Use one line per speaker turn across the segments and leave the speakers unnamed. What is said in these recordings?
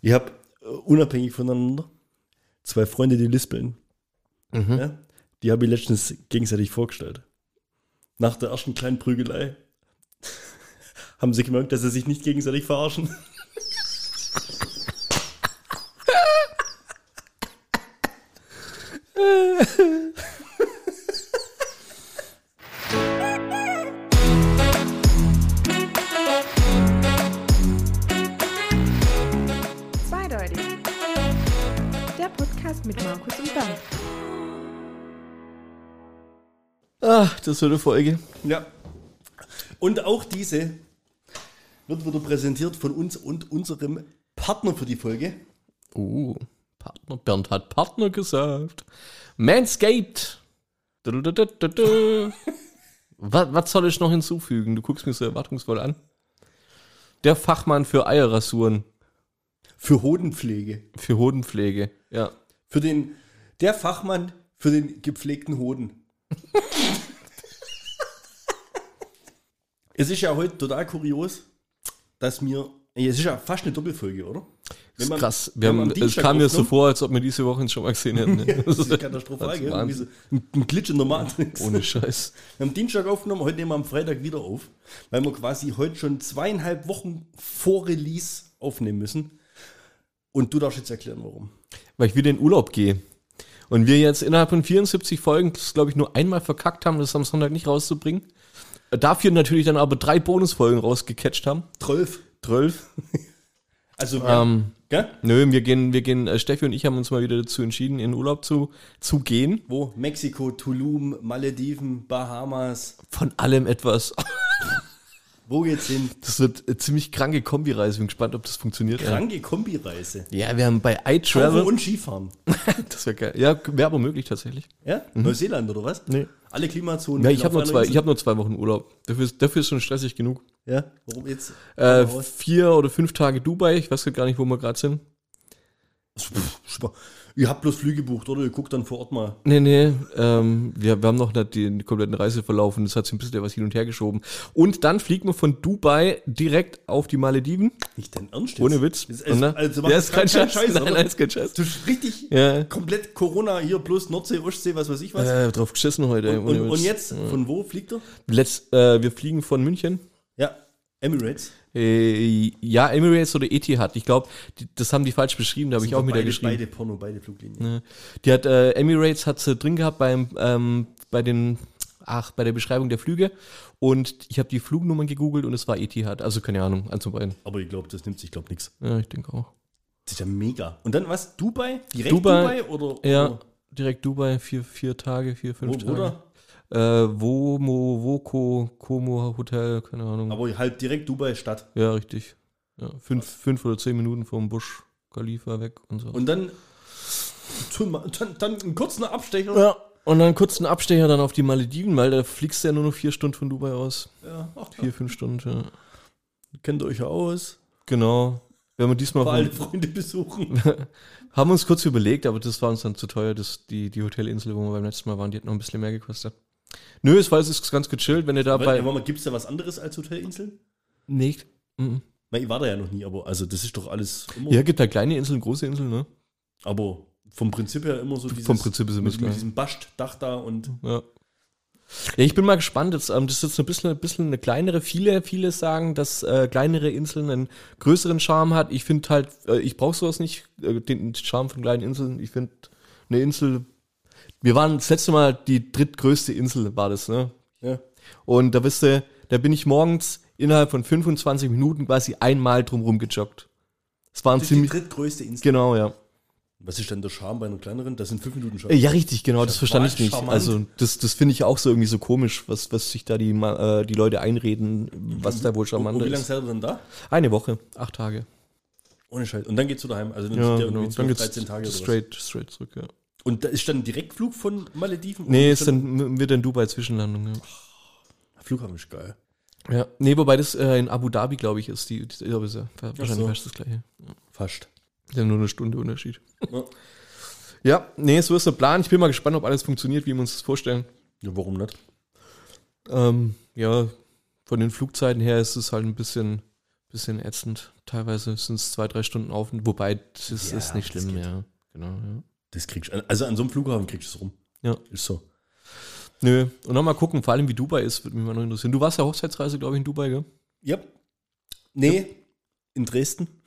Ich habe unabhängig voneinander zwei Freunde, die lispeln.
Mhm.
Ja? Die habe ich letztens gegenseitig vorgestellt. Nach der ersten kleinen Prügelei haben sie gemerkt, dass sie sich nicht gegenseitig verarschen.
Zweideutig. Der Podcast mit Markus und Bernd.
Ah,
Ach, das wird eine Folge.
Ja. Und auch diese wird wieder präsentiert von uns und unserem Partner für die Folge.
Uh, Partner. Bernd hat Partner gesagt. Manscaped. Du, du, du, du, du. was, was soll ich noch hinzufügen? Du guckst mich so erwartungsvoll an. Der Fachmann für Eierrasuren,
Für Hodenpflege.
für Hodenpflege. Ja.
Für den, der Fachmann für den gepflegten Hoden. es ist ja heute total kurios, dass mir, ey, es ist ja fast eine Doppelfolge, oder? Wenn
Ist
man-
krass.
wenn
Wir
man
haben,
am
es
Dienstag
kam mir so
aufnimmt,
vor, als ob wir diese Woche uns schon mal gesehen hätten.
Das ist katastrophal,
Das
gell?
ist
Irgendwie so
Wahnsinn.
ein, ein Glitch in der Matrix.
Ohne Scheiß.
Wir haben Dienstag aufgenommen, heute nehmen wir am Freitag wieder auf, weil wir quasi heute schon zweieinhalb Wochen vor Release aufnehmen müssen. Und du darfst jetzt erklären, warum.
weil ich wieder in Urlaub gehe. Und wir jetzt innerhalb von 74 Folgen, das glaube ich, nur einmal verkackt haben, das am Sonntag nicht rauszubringen. Äh, Dafür natürlich dann aber drei Bonusfolgen rausgecatcht haben.
Trolf.
Zwölf.
Also,
Ähm,
gell?
nö, wir gehen, wir gehen, äh, Steffi und ich haben uns mal wieder dazu entschieden, in Urlaub zu, zu gehen.
Wo? Mexiko, Tulum, Malediven, Bahamas.
Von allem etwas.
Wo geht's hin?
Das wird äh, ziemlich kranke Kombireise. Bin gespannt, ob das funktioniert.
Kranke Kombireise.
Ja, wir haben bei
Travel
iTravel.
und Skifahren.
Das wäre geil. Ja, wäre aber möglich tatsächlich.
Ja? Neuseeland oder was?
Mhm. Nee.
Alle Klimazonen.
Ja, ich habe
auf
nur
einer
zwei,
Insel.
ich habe nur zwei Wochen Urlaub. Dafür ist, dafür ist schon stressig genug.
ja? Warum jetzt?
Äh,
Raus.
vier oder fünf Tage Dubai, ich weiß gar nicht, wo wir gerade sind.
Pff, Spa- Ihr habt bloß Flüge gebucht, oder? Ihr guckt dann vor Ort mal.
Nee, nee, ähm, wir, wir haben noch nicht den kompletten Reiseverlauf und das hat sich ein bisschen was hin und her geschoben. Und dann fliegt man von Dubai direkt auf die Malediven.
Nicht dein Ernst jetzt?
Ohne Witz.
Ist,
Und
also,
dann-
also
ja, ist kein Scheiß. nein,
oder?
nein, ist kein Scheiß.
Du bist richtig
Ja.
komplett Corona hier plus Nordsee, Ostsee, was weiß ich was.
Äh, drauf geschissen heute.
und, und, und jetzt, von wo fliegt er?
Letzt, äh, wir fliegen von München.
Ja, Emirates.
Äh, ja, Emirates oder Etihad. Ich glaube, das haben die falsch beschrieben, da habe ich auch
Sind
mit der
Also beide,
geschrieben.
Beide Porno, beide Fluglinien.
Ja. Die hat äh, Emirates hat sie drin gehabt beim ähm, bei den ach bei der Beschreibung der Flüge und ich habe die Flugnummern gegoogelt und es war Etihad, also keine Ahnung, eins und beiden.
Aber ich glaube, das nimmt sich, glaube ich, nichts.
Ja, ich denke auch.
Das ist ja mega. Und dann was? Dubai? Direkt Dubai?
Dubai,
oder?
Ja,
oder
direkt Dubai vier vier Tage, vier fünf
Oh. wo,
Tage.
oder?
Äh, Womo, Woko, Como Hotel, keine Ahnung.
Aber halt direkt Dubai Stadt.
ja, richtig. Ja, fünf, fünf oder zehn Minuten vom Busch Khalifa weg und so.
Und dann, zum, dann, dann einen kurzen Abstecher.
ja, und dann kurz einen Abstecher dann auf die Malediven, weil da fliegst du ja nur noch vier Stunden von Dubai aus.
Ja, ach,
Vier, fünf Stunden, ja.
kennt ihr euch ja aus.
Genau. Wenn wir diesmal
Mal alte Freunde besuchen.
haben wir uns kurz überlegt, aber das war uns dann zu teuer, das, die, die Hotelinsel, wo wir beim letzten Mal waren, die hat noch ein bisschen mehr gekostet. Nö, es war es ist ganz gechillt, wenn ihr dabei
Gibt es da was anderes als Hotelinseln?
nicht. Mhm.
Na, Ich war da ja noch nie, aber also das ist doch alles immer,
Ja, gibt da kleine Inseln, große Inseln, ne?
aber vom Prinzip her immer so dieses
Vom Prinzip ist es
mit, mit
gleich.
diesem Bastdach da und
Ja. Ja, ich bin mal gespannt. Jetzt, ähm, das ist jetzt ein bisschen, ein bisschen eine kleinere. Viele, viele sagen, dass äh, kleinere Inseln einen größeren Charme hat. Ich finde halt, äh, ich brauche sowas nicht, äh, den Charme von kleinen Inseln. Ich finde eine Insel. Wir waren das letzte Mal die drittgrößte Insel, war das, ne?
ja.
Und da bist du, da bin ich morgens innerhalb von 25 Minuten quasi einmal drumrum gejoggt. Es waren
das ist die
ziemlich.
drittgrößte Insel.
Genau, ja.
Was ist denn der Charme bei einer kleineren? Das sind fünf Minuten
Äh,
Charme.
Ja, richtig, genau, das verstand
war
ich nicht.
charmant.
Also, das, das finde ich auch so irgendwie so komisch, was, was sich da die, Ma- äh, die Leute einreden, was da wohl
Und
charmant
wie lange
ist.
seid ihr denn da?
Eine Woche, acht Tage.
Ohne Scheiß. Und dann geht's wieder heim. Also dann
Ja,
sind ja
genau.
irgendwie
Dann
12,
geht's
13 Tage oder was.
straight, straight zurück, ja.
Und da ist dann ein Direktflug von Malediven?
Nee,
Oder
ist dann wird dann Dubai Zwischenlandung, ja.
Flughafen ist geil.
ja. Nee, wobei das äh, in Abu Dhabi, glaube ich, ist die, die ich glaube, ist ja wahrscheinlich
so.
fast das gleiche.
Fast.
Ist ja nur eine Stunde Unterschied.
Ja.
Ja, nee, so ist der Plan. Ich bin mal gespannt, ob alles funktioniert, wie wir uns das vorstellen.
Ja, warum nicht?
Ähm, ja, von den Flugzeiten her ist es halt ein bisschen bisschen ätzend. Teilweise sind es zwei, drei Stunden auf, wobei das
Ja,
ist nicht
das
schlimm,
geht.
ja. Genau, ja.
Das kriegst du. Also an so einem Flughafen kriegst du es rum.
Ja.
Ist so.
Nö, und nochmal gucken, vor allem wie Dubai ist, würde mich mal noch interessieren. Du warst ja Hochzeitsreise, glaube ich, in Dubai, gell?
Ja. Nee, in Dresden.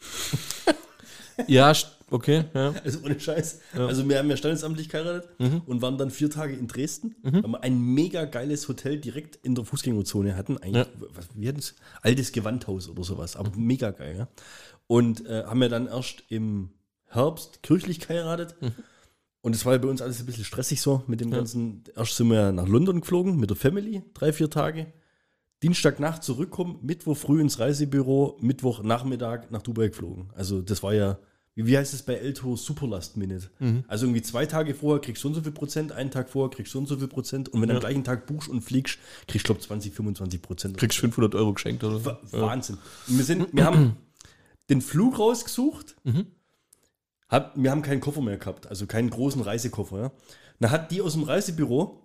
Ja, st- okay, ja.
Also ohne Scheiß. Also wir haben ja standesamtlich geheiratet
Mhm.
und waren dann vier Tage in Dresden, weil wir ein mega geiles Hotel direkt in der Fußgängerzone hatten. Eigentlich, was, wir hatten altes Gewandhaus oder sowas, aber mega geil. Ja? Und äh, haben ja dann erst im Herbst kirchlich geheiratet. Und es war ja bei uns alles ein bisschen stressig so mit dem ganzen. Erst sind wir ja nach London geflogen mit der Family, drei, vier Tage. Dienstagnacht zurückkommen, Mittwoch früh ins Reisebüro, Mittwochnachmittag nach Dubai geflogen. Also das war ja, wie, wie heißt es bei Elto, Super Last Minute. Also irgendwie zwei Tage vorher kriegst du so und so viel Prozent, einen Tag vorher kriegst du so und so viel Prozent und wenn du am gleichen Tag buchst und fliegst, kriegst du, glaube 20, 25 Prozent.
Kriegst 500 Euro geschenkt, oder?
Wa- Wahnsinn. Und Wir, sind, wir haben den Flug rausgesucht.
Mhm.
Hab, wir haben keinen Koffer mehr gehabt, also keinen großen Reisekoffer. Ja. Dann hat die aus dem Reisebüro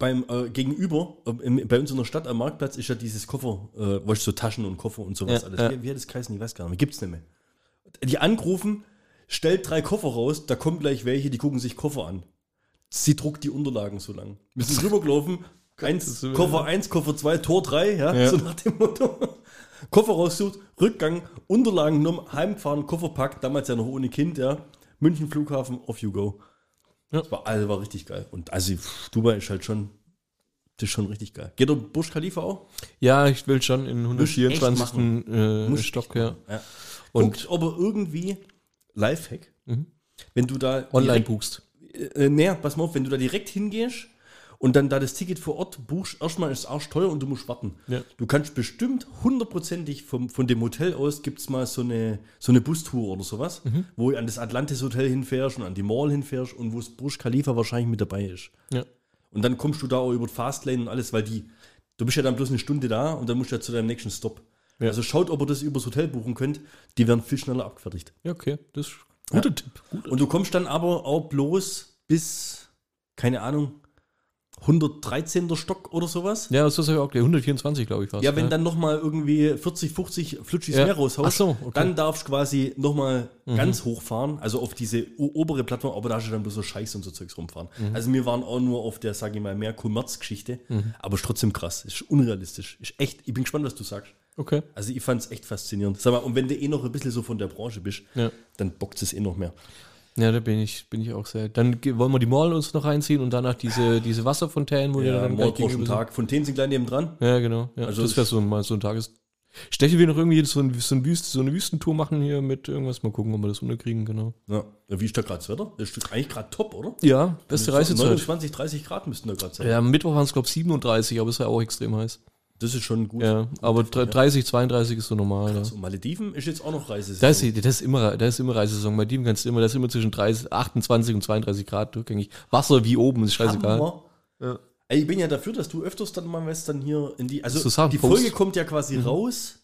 beim äh, Gegenüber, äh, im, bei uns in der Stadt am Marktplatz, ist ja dieses Koffer, äh, weißt du, so Taschen und Koffer und sowas
Ja,
alles.
ja.
Wie, wie hat das geheißen? Ich weiß gar nicht mehr. Gibt's nicht mehr. Die angerufen, stellt drei Koffer raus, da kommen gleich welche, die gucken sich Koffer an. Sie druckt die Unterlagen so lang. Wir sind rübergelaufen, eins,
Willen.
Koffer 1, Koffer 2, Tor 3, ja,
Ja.
so nach dem Motto. Koffer raussucht, Rückgang, Unterlagen genommen, heimgefahren, Koffer packt, damals ja noch ohne Kind, ja. München Flughafen, off you go.
Ja.
Das war, also war richtig geil. Und also pff, Dubai ist halt schon, das ist schon richtig geil. Geht der Burj Khalifa auch?
Ja, ich will schon in
Muss ich echt
124. Äh,
Muss ich
Stock, ja.
Ja.
Und- Mhm.
Guckt, ob er irgendwie Lifehack, wenn du da
Online buchst.
äh, naja, pass mal auf, wenn du da direkt hingehst und dann da das Ticket vor Ort buchst, erstmal ist es arschteuer und du musst warten.
Ja.
Du kannst bestimmt hundertprozentig vom, von dem Hotel aus, gibt es mal so eine, so eine Bustour oder sowas,
Mhm.
wo du an das Atlantis Hotel hinfährst und an die Mall hinfährst und wo das Burj Khalifa wahrscheinlich mit dabei ist.
Ja.
Und dann kommst du da auch über die Fastlane und alles, weil die, du bist ja dann bloß eine Stunde da und dann musst du ja zu deinem nächsten Stop.
Ja.
Also schaut, ob ihr das übers Hotel buchen könnt. Die werden viel schneller abgefertigt.
ja, okay. Das ist guter Tipp.
Und du kommst dann aber auch bloß bis, keine Ahnung, 113. Stock oder sowas.
Ja, das ist ja auch der 124, glaube ich, war
Ja, wenn dann nochmal irgendwie 40, 50 Flutschis
Ja.
mehr raushaust,
Ach so, okay. Mhm.
dann darfst du quasi nochmal ganz hochfahren, also auf diese o- obere Plattform, aber da hast du dann bloß so Scheiß und so Zeugs rumfahren.
Mhm.
Also wir waren auch nur auf der, sage ich mal, mehr Kommerzgeschichte, aber ist trotzdem krass, ist unrealistisch, ist echt, ich bin gespannt, was du sagst.
Okay.
Also ich fand es echt faszinierend. Sag mal, und wenn du eh noch ein bisschen so von der Branche bist,
Ja.
dann bockt es eh noch mehr.
Ja, da bin ich, bin ich auch sehr. Dann ge- wollen wir die Mall uns noch reinziehen und danach diese, diese Wasserfontänen, wo
Ja,
dann gleich
Mordroschen
gegenüber
Tag, Fontänen sind gleich neben dran.
sind. Ja, genau. Ja.
Also
das
ich-
wäre so ein, mal so ein Tages. Stechen wir noch irgendwie so, ein, so, ein Wüst, so eine Wüstentour machen hier mit irgendwas. Mal gucken, ob wir das unterkriegen, genau.
Ja. Wie ist da gerade das Wetter? Das ist eigentlich gerade top, oder?
Ja, beste Reisezeit.
29, 30 Grad müssten da gerade sein.
Ja, am Mittwoch waren es, glaube ich, 37, aber es war auch extrem heiß.
Das ist schon gut.
Ja, aber dr- 30, 32 ist so normal. Ja.
So, Malediven ist jetzt auch noch Reisesaison.
Da ist, die- das ist immer, da ist immer Reisesaison. Bei dem kannst du immer, das ist immer zwischen 30, 28 und 32 Grad durchgängig. Wasser wie oben, ist scheißegal.
Hammer. Ey, Ich bin ja dafür, dass du öfters dann mal was dann hier in die. Also
Zusammen
die
post.
Folge kommt ja quasi raus.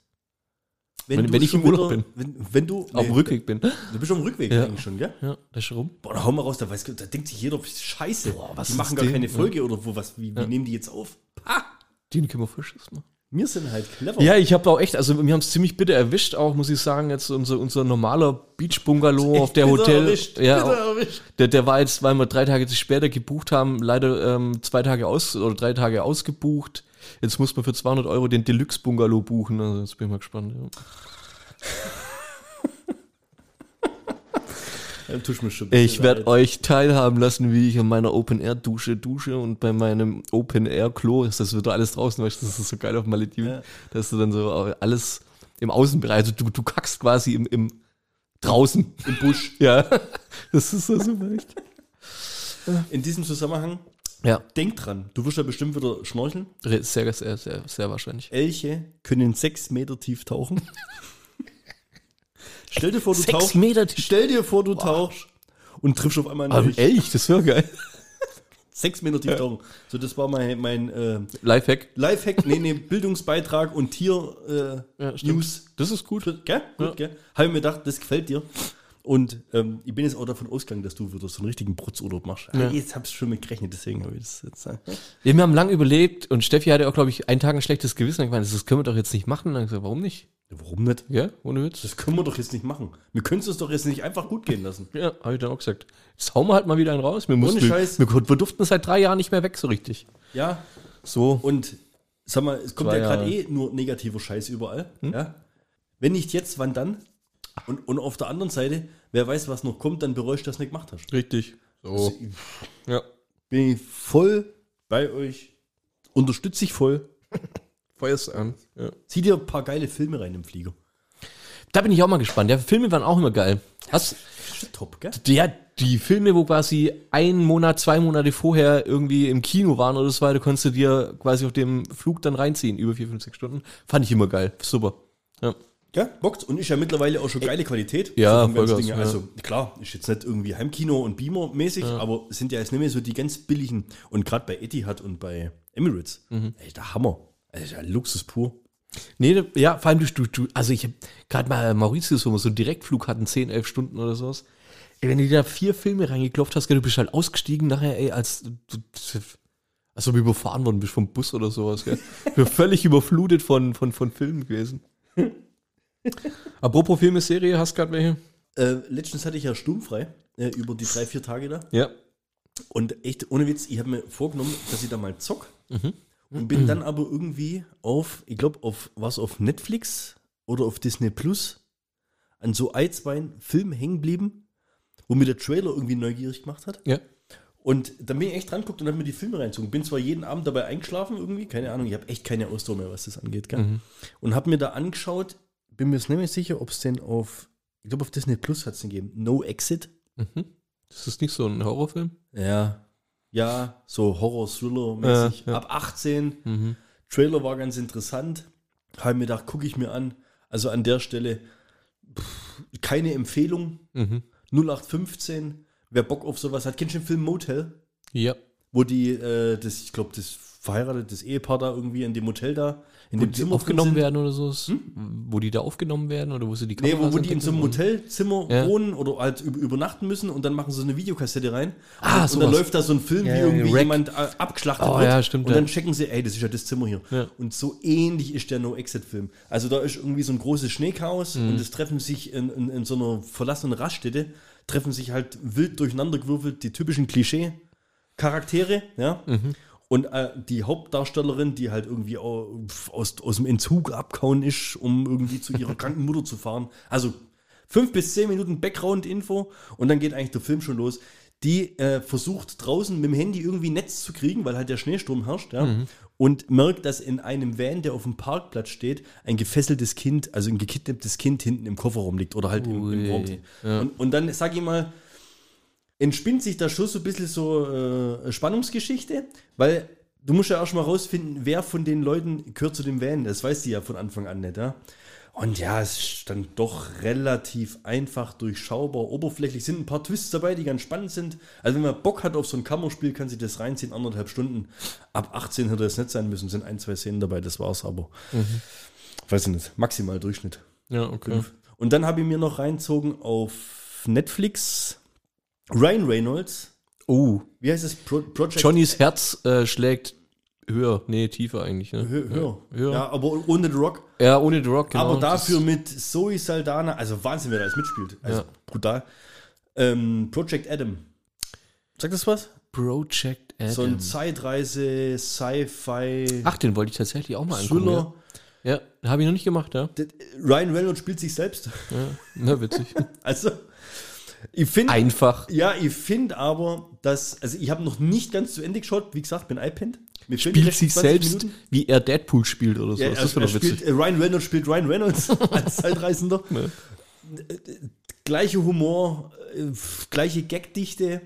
Wenn-
du
wenn ich
schon
im Urlaub
wieder- Wenn, wenn du
Auf dem Rückweg bin.
Du bist auf dem Rückweg
Ja.
eigentlich schon, gell?
Ja, da ist schon rum.
Boah, da hau mal raus, da, weiß, da denkt sich jeder, scheiße,
was
die
ist
machen gar
das
keine
denn?
Folge oder wo, was, wie, wie nehmen die jetzt auf?
Den können wir frisches machen.
Wir sind halt clever.
Oh. Ja, ich habe auch echt, also wir haben es ziemlich bitter erwischt, auch muss ich sagen, jetzt unser, unser normaler Beach-Bungalow auf der
Bitter
Hotel.
erwischt,
ja,
bitter
auch-
erwischt.
der, der war jetzt, weil wir drei Tage zu später gebucht haben, leider ähm, zwei Tage aus oder drei Tage ausgebucht. Jetzt muss man für 200 Euro den Deluxe-Bungalow buchen. Also jetzt bin ich mal gespannt. Ja.
Dann tust du mir schon ein
Ich
bisschen
werde
leid.
euch teilhaben lassen, wie ich in meiner Open-Air-Dusche dusche und bei meinem Open-Air-Klo ist das wieder alles draußen, weißt du, das ist so geil auf Malediven,
Ja.
dass du dann so alles im Außenbereich, also du, du kackst quasi im, im draußen. Im Busch. ja, das ist so super echt.
In diesem Zusammenhang,
Ja,
denk dran, du wirst ja bestimmt wieder schnorcheln.
re- sehr, sehr, sehr, sehr wahrscheinlich.
Elche können sechs Meter tief tauchen. stell dir vor, du tauchst.
Meter tief.
Stell dir vor, du tauchst und triffst auf einmal
Aber
einen Elch.
ehrlich, das wäre geil.
Sechs Meter tief tauchen. So, das war mein, mein äh,
Lifehack.
Lifehack, nee, nee, Bildungsbeitrag und Tier äh,
Ja, stimmt.
News.
Das ist gut.
Gell? Gut, gell? Habe ich mir gedacht, das gefällt dir. Und ähm, ich bin jetzt auch davon ausgegangen, dass du wieder so einen richtigen Brutzurlaub machst. Ah, Jetzt hab's schon mit gerechnet, deswegen habe ich das jetzt. äh,
Ja, wir haben lange überlegt und Steffi hatte auch, glaube ich, einen Tag ein schlechtes Gewissen. Ich meine, das können wir doch jetzt nicht machen. Dann hab ich gesagt, warum nicht?
Warum nicht?
Ja, ohne Witz.
Das können wir doch jetzt nicht machen. Wir können es uns doch jetzt nicht einfach gut gehen lassen.
Ja, habe ich dann auch gesagt. Jetzt hauen wir halt mal wieder einen raus. Wir, mussten,
Scheiß.
Wir, wir durften seit drei Jahren nicht mehr weg so richtig.
Ja,
So.
und sag mal, es kommt
Zwei
ja gerade
Jahre.
eh nur negativer Scheiß überall. Ja? Wenn nicht jetzt, wann dann? Und, und auf der anderen Seite, wer weiß, was noch kommt, dann bereust du, dass du nicht gemacht hast.
Richtig. So. Ja.
Bin ich voll bei euch. Unterstütze ich voll.
Feuer's an. Ja.
Zieh dir ein paar geile Filme rein im Flieger.
Da bin ich auch mal gespannt. Ja, Filme waren auch immer geil. Hast,
Top, gell?
ja, die Filme, wo quasi ein Monat, zwei Monate vorher irgendwie im Kino waren oder so weiter, konntest du dir quasi auf dem Flug dann reinziehen, über vier, fünf, sechs Stunden. Fand ich immer geil. Super. Ja.
Ja, bockt. Und ist ja mittlerweile auch schon geile Qualität.
Ja,
vom ganzen
Vollgas,
Ding.
ja.
Also klar, ist jetzt nicht irgendwie Heimkino und Beamer-mäßig, aber es sind ja jetzt nicht mehr so die ganz billigen. Und gerade bei Etihad und bei Emirates,
Mhm.
ey, der Hammer. Das ist ja Luxus pur.
Nee, da- ja, vor allem du, du, du also ich habe gerade mal Mauritius, wo wir so einen Direktflug hatten, 10, 11 Stunden oder sowas. Ey, wenn du dir da vier Filme reingeklopft hast, gell, du bist halt ausgestiegen nachher, ey, als du, du- als ob du überfahren worden bist vom Bus oder sowas, gell. Ich bin völlig überflutet von, von, von Filmen gewesen. Apropos Filme, Serie, hast gerade welche?
Äh, letztens hatte ich ja sturmfrei äh, über die drei, vier Tage da.
Ja.
Und echt, ohne Witz, ich habe mir vorgenommen, dass ich da mal zock. Und bin dann aber irgendwie auf, ich glaube, auf was auf Netflix oder auf Disney Plus an so ein, zwei Filmen hängen geblieben, wo mir der Trailer irgendwie neugierig gemacht hat.
Ja.
Und dann bin ich echt dran geguckt und habe mir die Filme reingezogen. Bin zwar jeden Abend dabei eingeschlafen irgendwie, keine Ahnung, ich habe echt keine Ausdauer mehr, was das angeht. Gell? Und habe mir da angeschaut, bin mir jetzt nicht mehr sicher, ob es den auf, ich glaube auf Disney Plus hat es den gegeben, No Exit.
Das Mhm. ist nicht so ein Horrorfilm?
Ja. Ja, so Horror-Thriller-mäßig.
Ja, Mhm. ja.
Ab 18. Trailer war ganz interessant. Habe mir gedacht, gucke ich mir an. Also an der Stelle pff, keine Empfehlung. 0815. Wer Bock auf sowas hat, kennst du den Film Motel?
Ja.
Wo die, äh, das, ich glaube, das verheiratete das Ehepaar da irgendwie in dem Hotel da, in
Wo
dem
die
Zimmer drin
aufgenommen
sind. Hm?
werden oder sowas? Wo die da aufgenommen werden oder wo sie die
Nee, wo, wo die in
entdecken
so einem
und-
Hotelzimmer
Ja.
wohnen oder halt üb- übernachten müssen und dann machen sie eine Videokassette rein.
Ah,
und, und dann
sowas.
läuft da so ein Film,
Ja,
wie
ja,
irgendwie
Wreck.
jemand äh, abgeschlachtet
Oh,
wird.
ja, stimmt,
und
ja.
dann checken sie, ey, das ist ja das Zimmer hier.
Ja.
Und so ähnlich ist der No-Exit-Film. Also da ist irgendwie so ein großes Schneechaos
Mhm.
und es treffen sich in, in, in so einer verlassenen Raststätte, treffen sich halt wild durcheinandergewürfelt die typischen Klischee-Charaktere, ja. Und äh, die Hauptdarstellerin, die halt irgendwie au- pf, aus, aus dem Entzug abkauen ist, um irgendwie zu ihrer kranken Mutter zu fahren. Also fünf bis zehn Minuten Background-Info und dann geht eigentlich der Film schon los. Die äh, versucht draußen mit dem Handy irgendwie Netz zu kriegen, weil halt der Schneesturm herrscht, ja. Und merkt, dass in einem Van, der auf dem Parkplatz steht, ein gefesseltes Kind, also ein gekidnapptes Kind hinten im Kofferraum liegt oder halt im, im
Ui,
Raum. Und, und dann, sag ich mal, entspinnt sich da schon so ein bisschen so äh, Spannungsgeschichte, weil du musst ja erstmal rausfinden, wer von den Leuten gehört zu dem Van. Das weiß die ja von Anfang an nicht, ja. Und ja, es stand doch relativ einfach durchschaubar, oberflächlich. Sind ein paar Twists dabei, die ganz spannend sind. Also wenn man Bock hat auf so ein Kammerspiel, kann sich das reinziehen, anderthalb Stunden. Ab 18 hätte es nicht sein müssen, sind ein, zwei Szenen dabei, das war's aber. Weiß ich nicht, maximal Durchschnitt.
Ja, okay.
Und dann habe ich mir noch reinzogen auf Netflix Ryan Reynolds.
Oh,
Wie heißt es? Pro Project
Johnnys Herz äh, schlägt höher, nee, tiefer eigentlich. Ne?
Hö- Höher.
Höher.
Ja, aber ohne The Rock.
Ja, ohne The Rock,
aber
Genau, das-
dafür mit Zoe Saldana. Also Wahnsinn, wer da alles mitspielt. Also
Ja.
brutal. Ähm, Project Adam. Sagt das was?
Project Adam.
So ein Zeitreise, Sci-Fi,
Ach, den wollte ich tatsächlich auch mal angucken.
Thriller.
Ja, ja habe ich noch nicht gemacht, ja.
D- Ryan Reynolds spielt sich selbst.
ja. Na, witzig.
Also, ich finde.
Einfach.
Ja, ich finde aber, dass, also ich habe noch nicht ganz zu Ende geschaut, wie gesagt, bin iPad. Mir fehlen die
Spielt
letzten
sich
20
selbst,
Minuten.
wie er Deadpool spielt oder so.
Ja, er,
das ist
er
doch
spielt,
witzig.
äh, Ryan Reynolds spielt Ryan Reynolds als Zeitreisender.
Ja.
Gleiche Humor, äh, f- gleiche Gagdichte.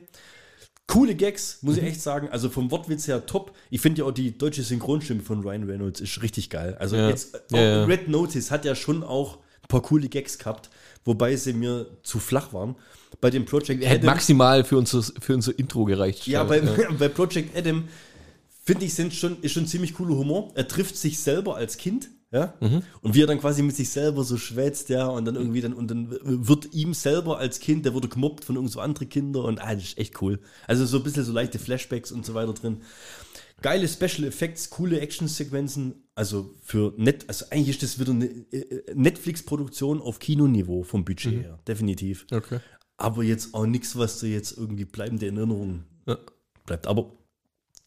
Coole Gags, muss ich
Mhm.
echt sagen. Also vom Wortwitz her top. Ich finde ja auch die deutsche Synchronstimme von Ryan Reynolds ist richtig geil. Also
Ja.
jetzt äh, auch
Ja, ja.
Red Notice hat ja schon auch ein paar coole Gags gehabt, wobei sie mir zu flach waren. Bei dem Project
Hätte
Adam-
maximal für unser, für unser Intro gereicht.
Ja, bei,
weil
bei Project Adam finde ich, sind schon, ist schon ziemlich cooler Humor. Er trifft sich selber als Kind. Ja? Und wie er dann quasi mit sich selber so schwätzt, ja, und dann irgendwie dann, und dann wird ihm selber als Kind, der wurde gemobbt von irgend so anderen Kindern und ah, das ist echt cool. Also so ein bisschen so leichte Flashbacks und so weiter drin. Geile Special Effects, coole Action-Sequenzen, also für net, also eigentlich ist das wieder eine äh, Netflix-Produktion auf Kinoniveau vom Budget her, definitiv.
Okay.
Aber jetzt auch nichts, was dir jetzt irgendwie bleibende Erinnerungen
Ja.
bleibt. Aber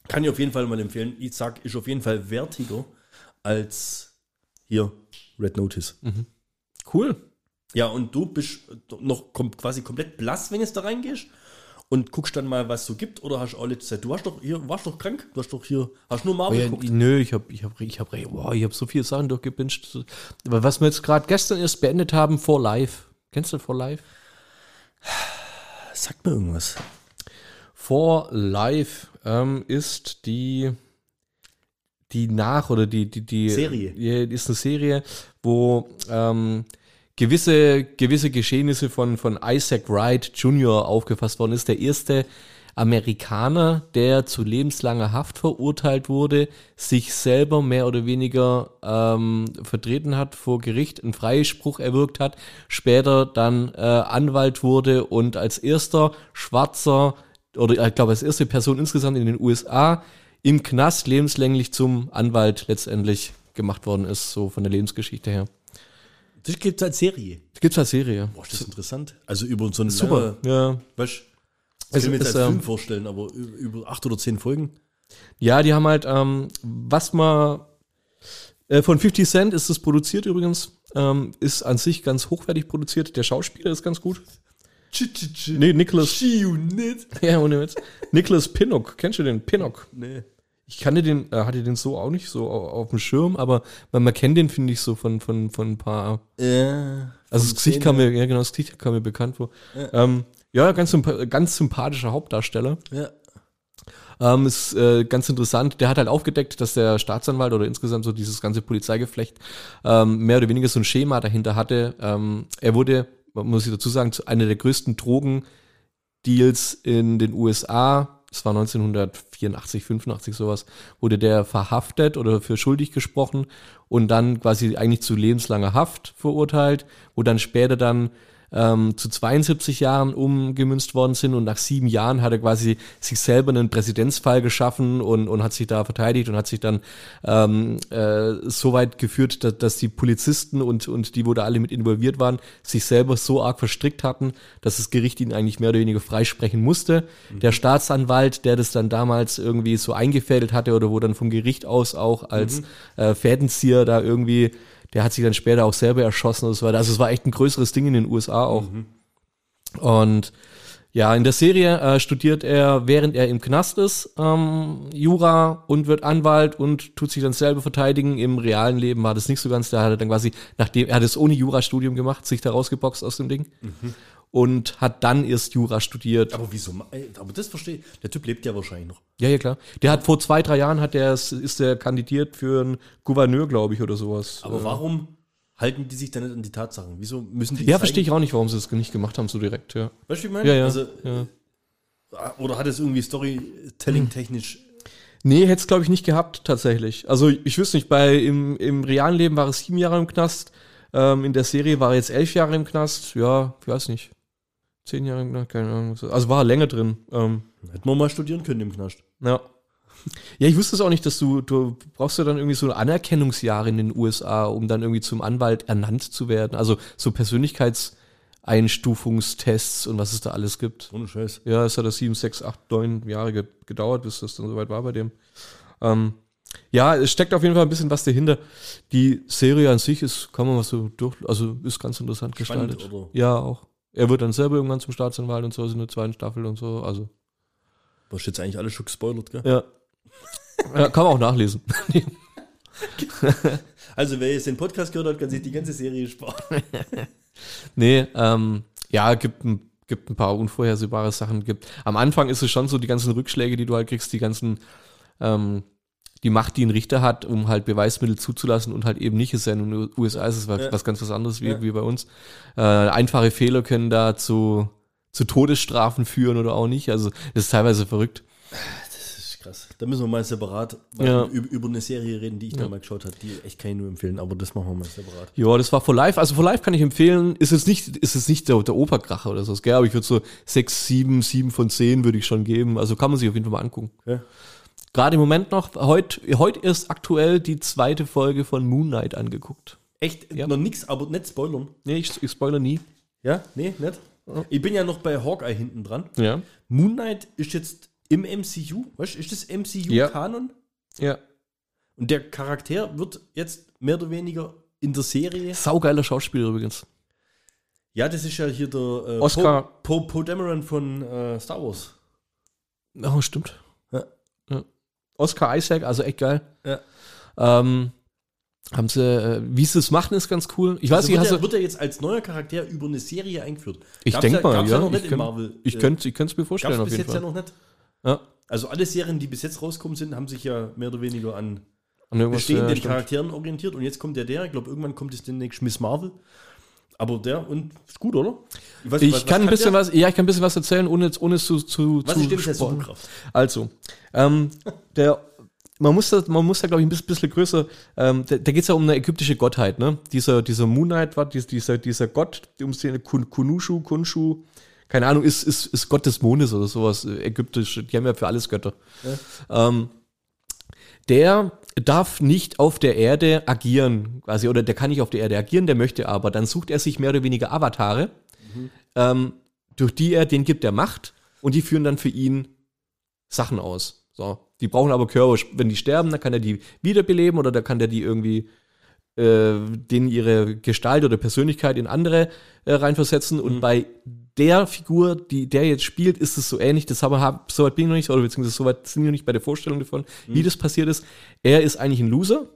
kann ich auf jeden Fall mal empfehlen. Ich sag, ist auf jeden Fall wertiger als hier Red Notice.
Cool.
Ja, und du bist noch kom quasi komplett blass, wenn jetzt da reingehst und guckst dann mal, was es so gibt. Oder hast auch letzte Zeit, du warst doch hier, warst doch krank, du hast doch hier, hast nur Marvel
Ja,
geguckt.
nö, ich habe ich hab, ich hab, wow, ich hab so viele Sachen durchgepinscht. Aber was wir jetzt gerade gestern erst beendet haben, For Life. Kennst du For Life?
Sagt mir irgendwas.
For Life ähm, ist die die nach oder die die die
Serie.
Ja, ist eine Serie, wo ähm, gewisse gewisse Geschehnisse von von Isaac Wright Jr. aufgefasst worden ist, der erste Amerikaner, der zu lebenslanger Haft verurteilt wurde, sich selber mehr oder weniger ähm, vertreten hat vor Gericht, einen Freispruch erwirkt hat, später dann äh, Anwalt wurde und als erster schwarzer oder äh, ich glaube als erste Person insgesamt in den USA im Knast lebenslänglich zum Anwalt letztendlich gemacht worden ist, so von der Lebensgeschichte her.
Das gibt es als Serie.
Das gibt's als Serie.
Boah, ist das interessant. Also über so eine
Super.
lange, Also
Ja.
weißt,
Es
das kann ich mir
ist,
jetzt als Film
ähm,
vorstellen, aber ü- über acht oder zehn Folgen.
ja, die haben halt, ähm, was man äh, von 50 Cent ist es produziert übrigens, ähm, ist an sich ganz hochwertig produziert. Der Schauspieler ist ganz gut. Nee, Nicholas.
G-Unit.
Ja, ohne Witz. Nicholas Pinnock. Kennst du den? Pinnock.
Nee.
Ich kannte den, äh, hatte den so auch nicht so au- auf dem Schirm, aber man, man kennt den, finde ich, so von, von, von ein paar
Äh,
Also das Gesicht kam mir, ja genau, das Gesicht kam mir bekannt vor. Ja, ähm, ja ganz, sympa ganz sympathischer Hauptdarsteller.
ja.
Ähm, ist äh, ganz interessant. Der hat halt aufgedeckt, dass der Staatsanwalt oder insgesamt so dieses ganze Polizeigeflecht ähm, mehr oder weniger so ein Schema dahinter hatte. Ähm, er wurde, man muss ich dazu sagen, zu einer der größten Drogendeals in den USA. Es war 1984, 85 sowas, wurde der verhaftet oder für schuldig gesprochen und dann quasi eigentlich zu lebenslanger Haft verurteilt, wo dann später dann ähm, zu 72 Jahren umgemünzt worden sind und nach sieben Jahren hat er quasi sich selber einen Präzedenzfall geschaffen und, und hat sich da verteidigt und hat sich dann ähm, äh, so weit geführt, dass, dass die Polizisten und, und die, wo da alle mit involviert waren, sich selber so arg verstrickt hatten, dass das Gericht ihn eigentlich mehr oder weniger freisprechen musste. Der Staatsanwalt, der das dann damals irgendwie so eingefädelt hatte oder wo dann vom Gericht aus auch als äh, Fädenzieher da irgendwie der hat sich dann später auch selber erschossen und so weiter. Also es war echt ein größeres Ding in den USA auch. Und ja, in der Serie äh, studiert er, während er im Knast ist, ähm, Jura und wird Anwalt und tut sich dann selber verteidigen. Im realen Leben war das nicht so ganz. Da hat er dann quasi, nachdem er hat es ohne Jurastudium gemacht, sich da rausgeboxt aus dem Ding und hat dann erst Jura studiert.
Mhm. Aber wieso? ma- ey, Aber das verstehe ich. Der Typ lebt ja wahrscheinlich noch.
Ja, ja, klar. Der hat vor zwei, drei Jahren hat der, ist der kandidiert für einen Gouverneur, glaube ich, oder sowas. Äh,
Aber warum halten die sich dann nicht an die Tatsachen? Wieso müssen die
ja, verstehe ich auch nicht, warum sie das nicht gemacht haben, so direkt, ja.
Weißt du, wie ich meine?
Ja, ja,
Also,
ja.
äh, Oder hat es irgendwie Storytelling-technisch.
Nee, hätte es, glaube ich, nicht gehabt, tatsächlich. Also ich wüsste nicht, bei im, im realen Leben war es sieben Jahre im Knast, ähm, in der Serie war er jetzt elf Jahre im Knast, ja, ich weiß nicht. Zehn Jahre im Knast, keine Ahnung. Also war er länger drin. Ähm,
Hätten wir mal studieren können im Knast.
ja. Ja, ich wusste es auch nicht, dass du, du brauchst ja dann irgendwie so ein Anerkennungsjahr in den USA, um dann irgendwie zum Anwalt ernannt zu werden. Also so Persönlichkeitseinstufungstests und was es da alles gibt.
Ohne Scheiß.
Ja, es hat das sieben, sechs, acht, neun Jahre ge- gedauert, bis das dann soweit war bei dem. Ähm, ja, es steckt auf jeden Fall ein bisschen was dahinter. Die Serie an sich ist, kann man was so durch, also ist ganz interessant
Spannend,
gestaltet.
oder?
Ja, auch. Er wird dann selber irgendwann zum Staatsanwalt und so, ist in der zweiten Staffel und so, also.
Du hast jetzt eigentlich alles schon gespoilert, gell?
Ja. ja kann man auch nachlesen.
Also, wer jetzt den Podcast gehört hat, kann sich die ganze Serie sparen.
Nee, ähm, ja, gibt ein, gibt ein paar unvorhersehbare Sachen. Gibt. Am Anfang ist es schon so, die ganzen Rückschläge, die du halt kriegst, die ganzen, ähm, die Macht, die ein Richter hat, um halt Beweismittel zuzulassen und halt eben nicht es sein. In den USA ist es was,
Ja.
was ganz was anderes wie,
Ja.
wie bei uns. Äh, einfache Fehler können da zu, zu Todesstrafen führen oder auch nicht. Also das ist teilweise verrückt.
Das ist krass. Da müssen wir mal separat weil
Ja.
über, über eine Serie reden, die ich da mal geschaut habe, die ich kann ich nur empfehlen, aber das machen wir mal separat.
Ja, das war For Life. Also For Life kann ich empfehlen. Ist jetzt nicht, ist jetzt nicht der, der Operkracher oder so, gell? Aber ich würde so sechs, sieben, sieben von zehn würde ich schon geben. Also kann man sich auf jeden Fall mal angucken.
Ja.
Gerade im Moment noch, heute heut erst aktuell die zweite Folge von Moon Knight angeguckt.
Echt noch nix, aber nicht spoilern.
Nee, ich, ich spoiler nie.
Ja? Nee, nicht? Ich bin ja noch bei Hawkeye hinten dran.
Ja.
Moon Knight ist jetzt im MCU, weißt du, ist das
Ja.
MCU-Kanon?
Ja.
Und der Charakter wird jetzt mehr oder weniger in der Serie.
Saugeiler Schauspieler übrigens.
Ja, das ist ja hier der äh,
Oscar.
Poe po, Poe Dameron von äh, Star Wars.
Oh, stimmt.
Ja.
Ja. Oscar Isaac, also echt geil.
Ja.
Ähm, haben sie, äh, wie sie es machen, ist ganz cool. Ich weiß
Also
nicht,
wird,
hast du,
er, wird er jetzt als neuer Charakter über eine Serie eingeführt?
Ich
Gab's
denk
ja,
mal,
gab's
ja.
noch
Ich
nicht in
könnt-
Marvel.
ich
äh,
könnte ich es mir
gab's
vorstellen auf
bis
jeden
jetzt ja
Fall.
noch nicht.
Ja.
Also alle Serien, die bis jetzt rausgekommen sind, haben sich ja mehr oder weniger an
Und irgendwas,
bestehenden
äh, stimmt.
Charakteren orientiert. Und jetzt kommt der, der. Ich glaube, irgendwann kommt es demnächst Miss Marvel. Aber der und ist gut, oder? weiß nicht,
Ich kann ein bisschen
der?
was, ja, ich kann ein bisschen was erzählen, ohne, jetzt- ohne es zu, zu,
Was
zu
ist denn seine
spoilern.
Superkraft?
Also, ähm, der, man muss da, man muss da glaube ich, ein bisschen, bisschen größer, ähm, da, da geht es ja um eine ägyptische Gottheit, ne? Dieser, dieser Moon Knight war, dies- dieser, dieser Gott, um den Kun, Kunushu, Kunshu, keine Ahnung, ist, ist, ist Gott des Mondes oder sowas, äh, ägyptisch, die haben ja für alles Götter. Ähm, der darf nicht auf der Erde agieren, quasi, oder der kann nicht auf der Erde agieren, der möchte aber. Dann sucht er sich mehr oder weniger Avatare, ähm, durch die er, den gibt er Macht und die führen dann für ihn Sachen aus. So. Die brauchen aber Körper. Wenn die sterben, dann kann er die wiederbeleben oder dann kann der die irgendwie äh, denen ihre Gestalt oder Persönlichkeit in andere äh, reinversetzen. Und bei der Figur, die der jetzt spielt, ist es so ähnlich. Das haben, hab, so weit bin ich noch nicht, oder beziehungsweise so weit sind wir noch nicht bei der Vorstellung davon, wie das passiert ist. Er ist eigentlich ein Loser.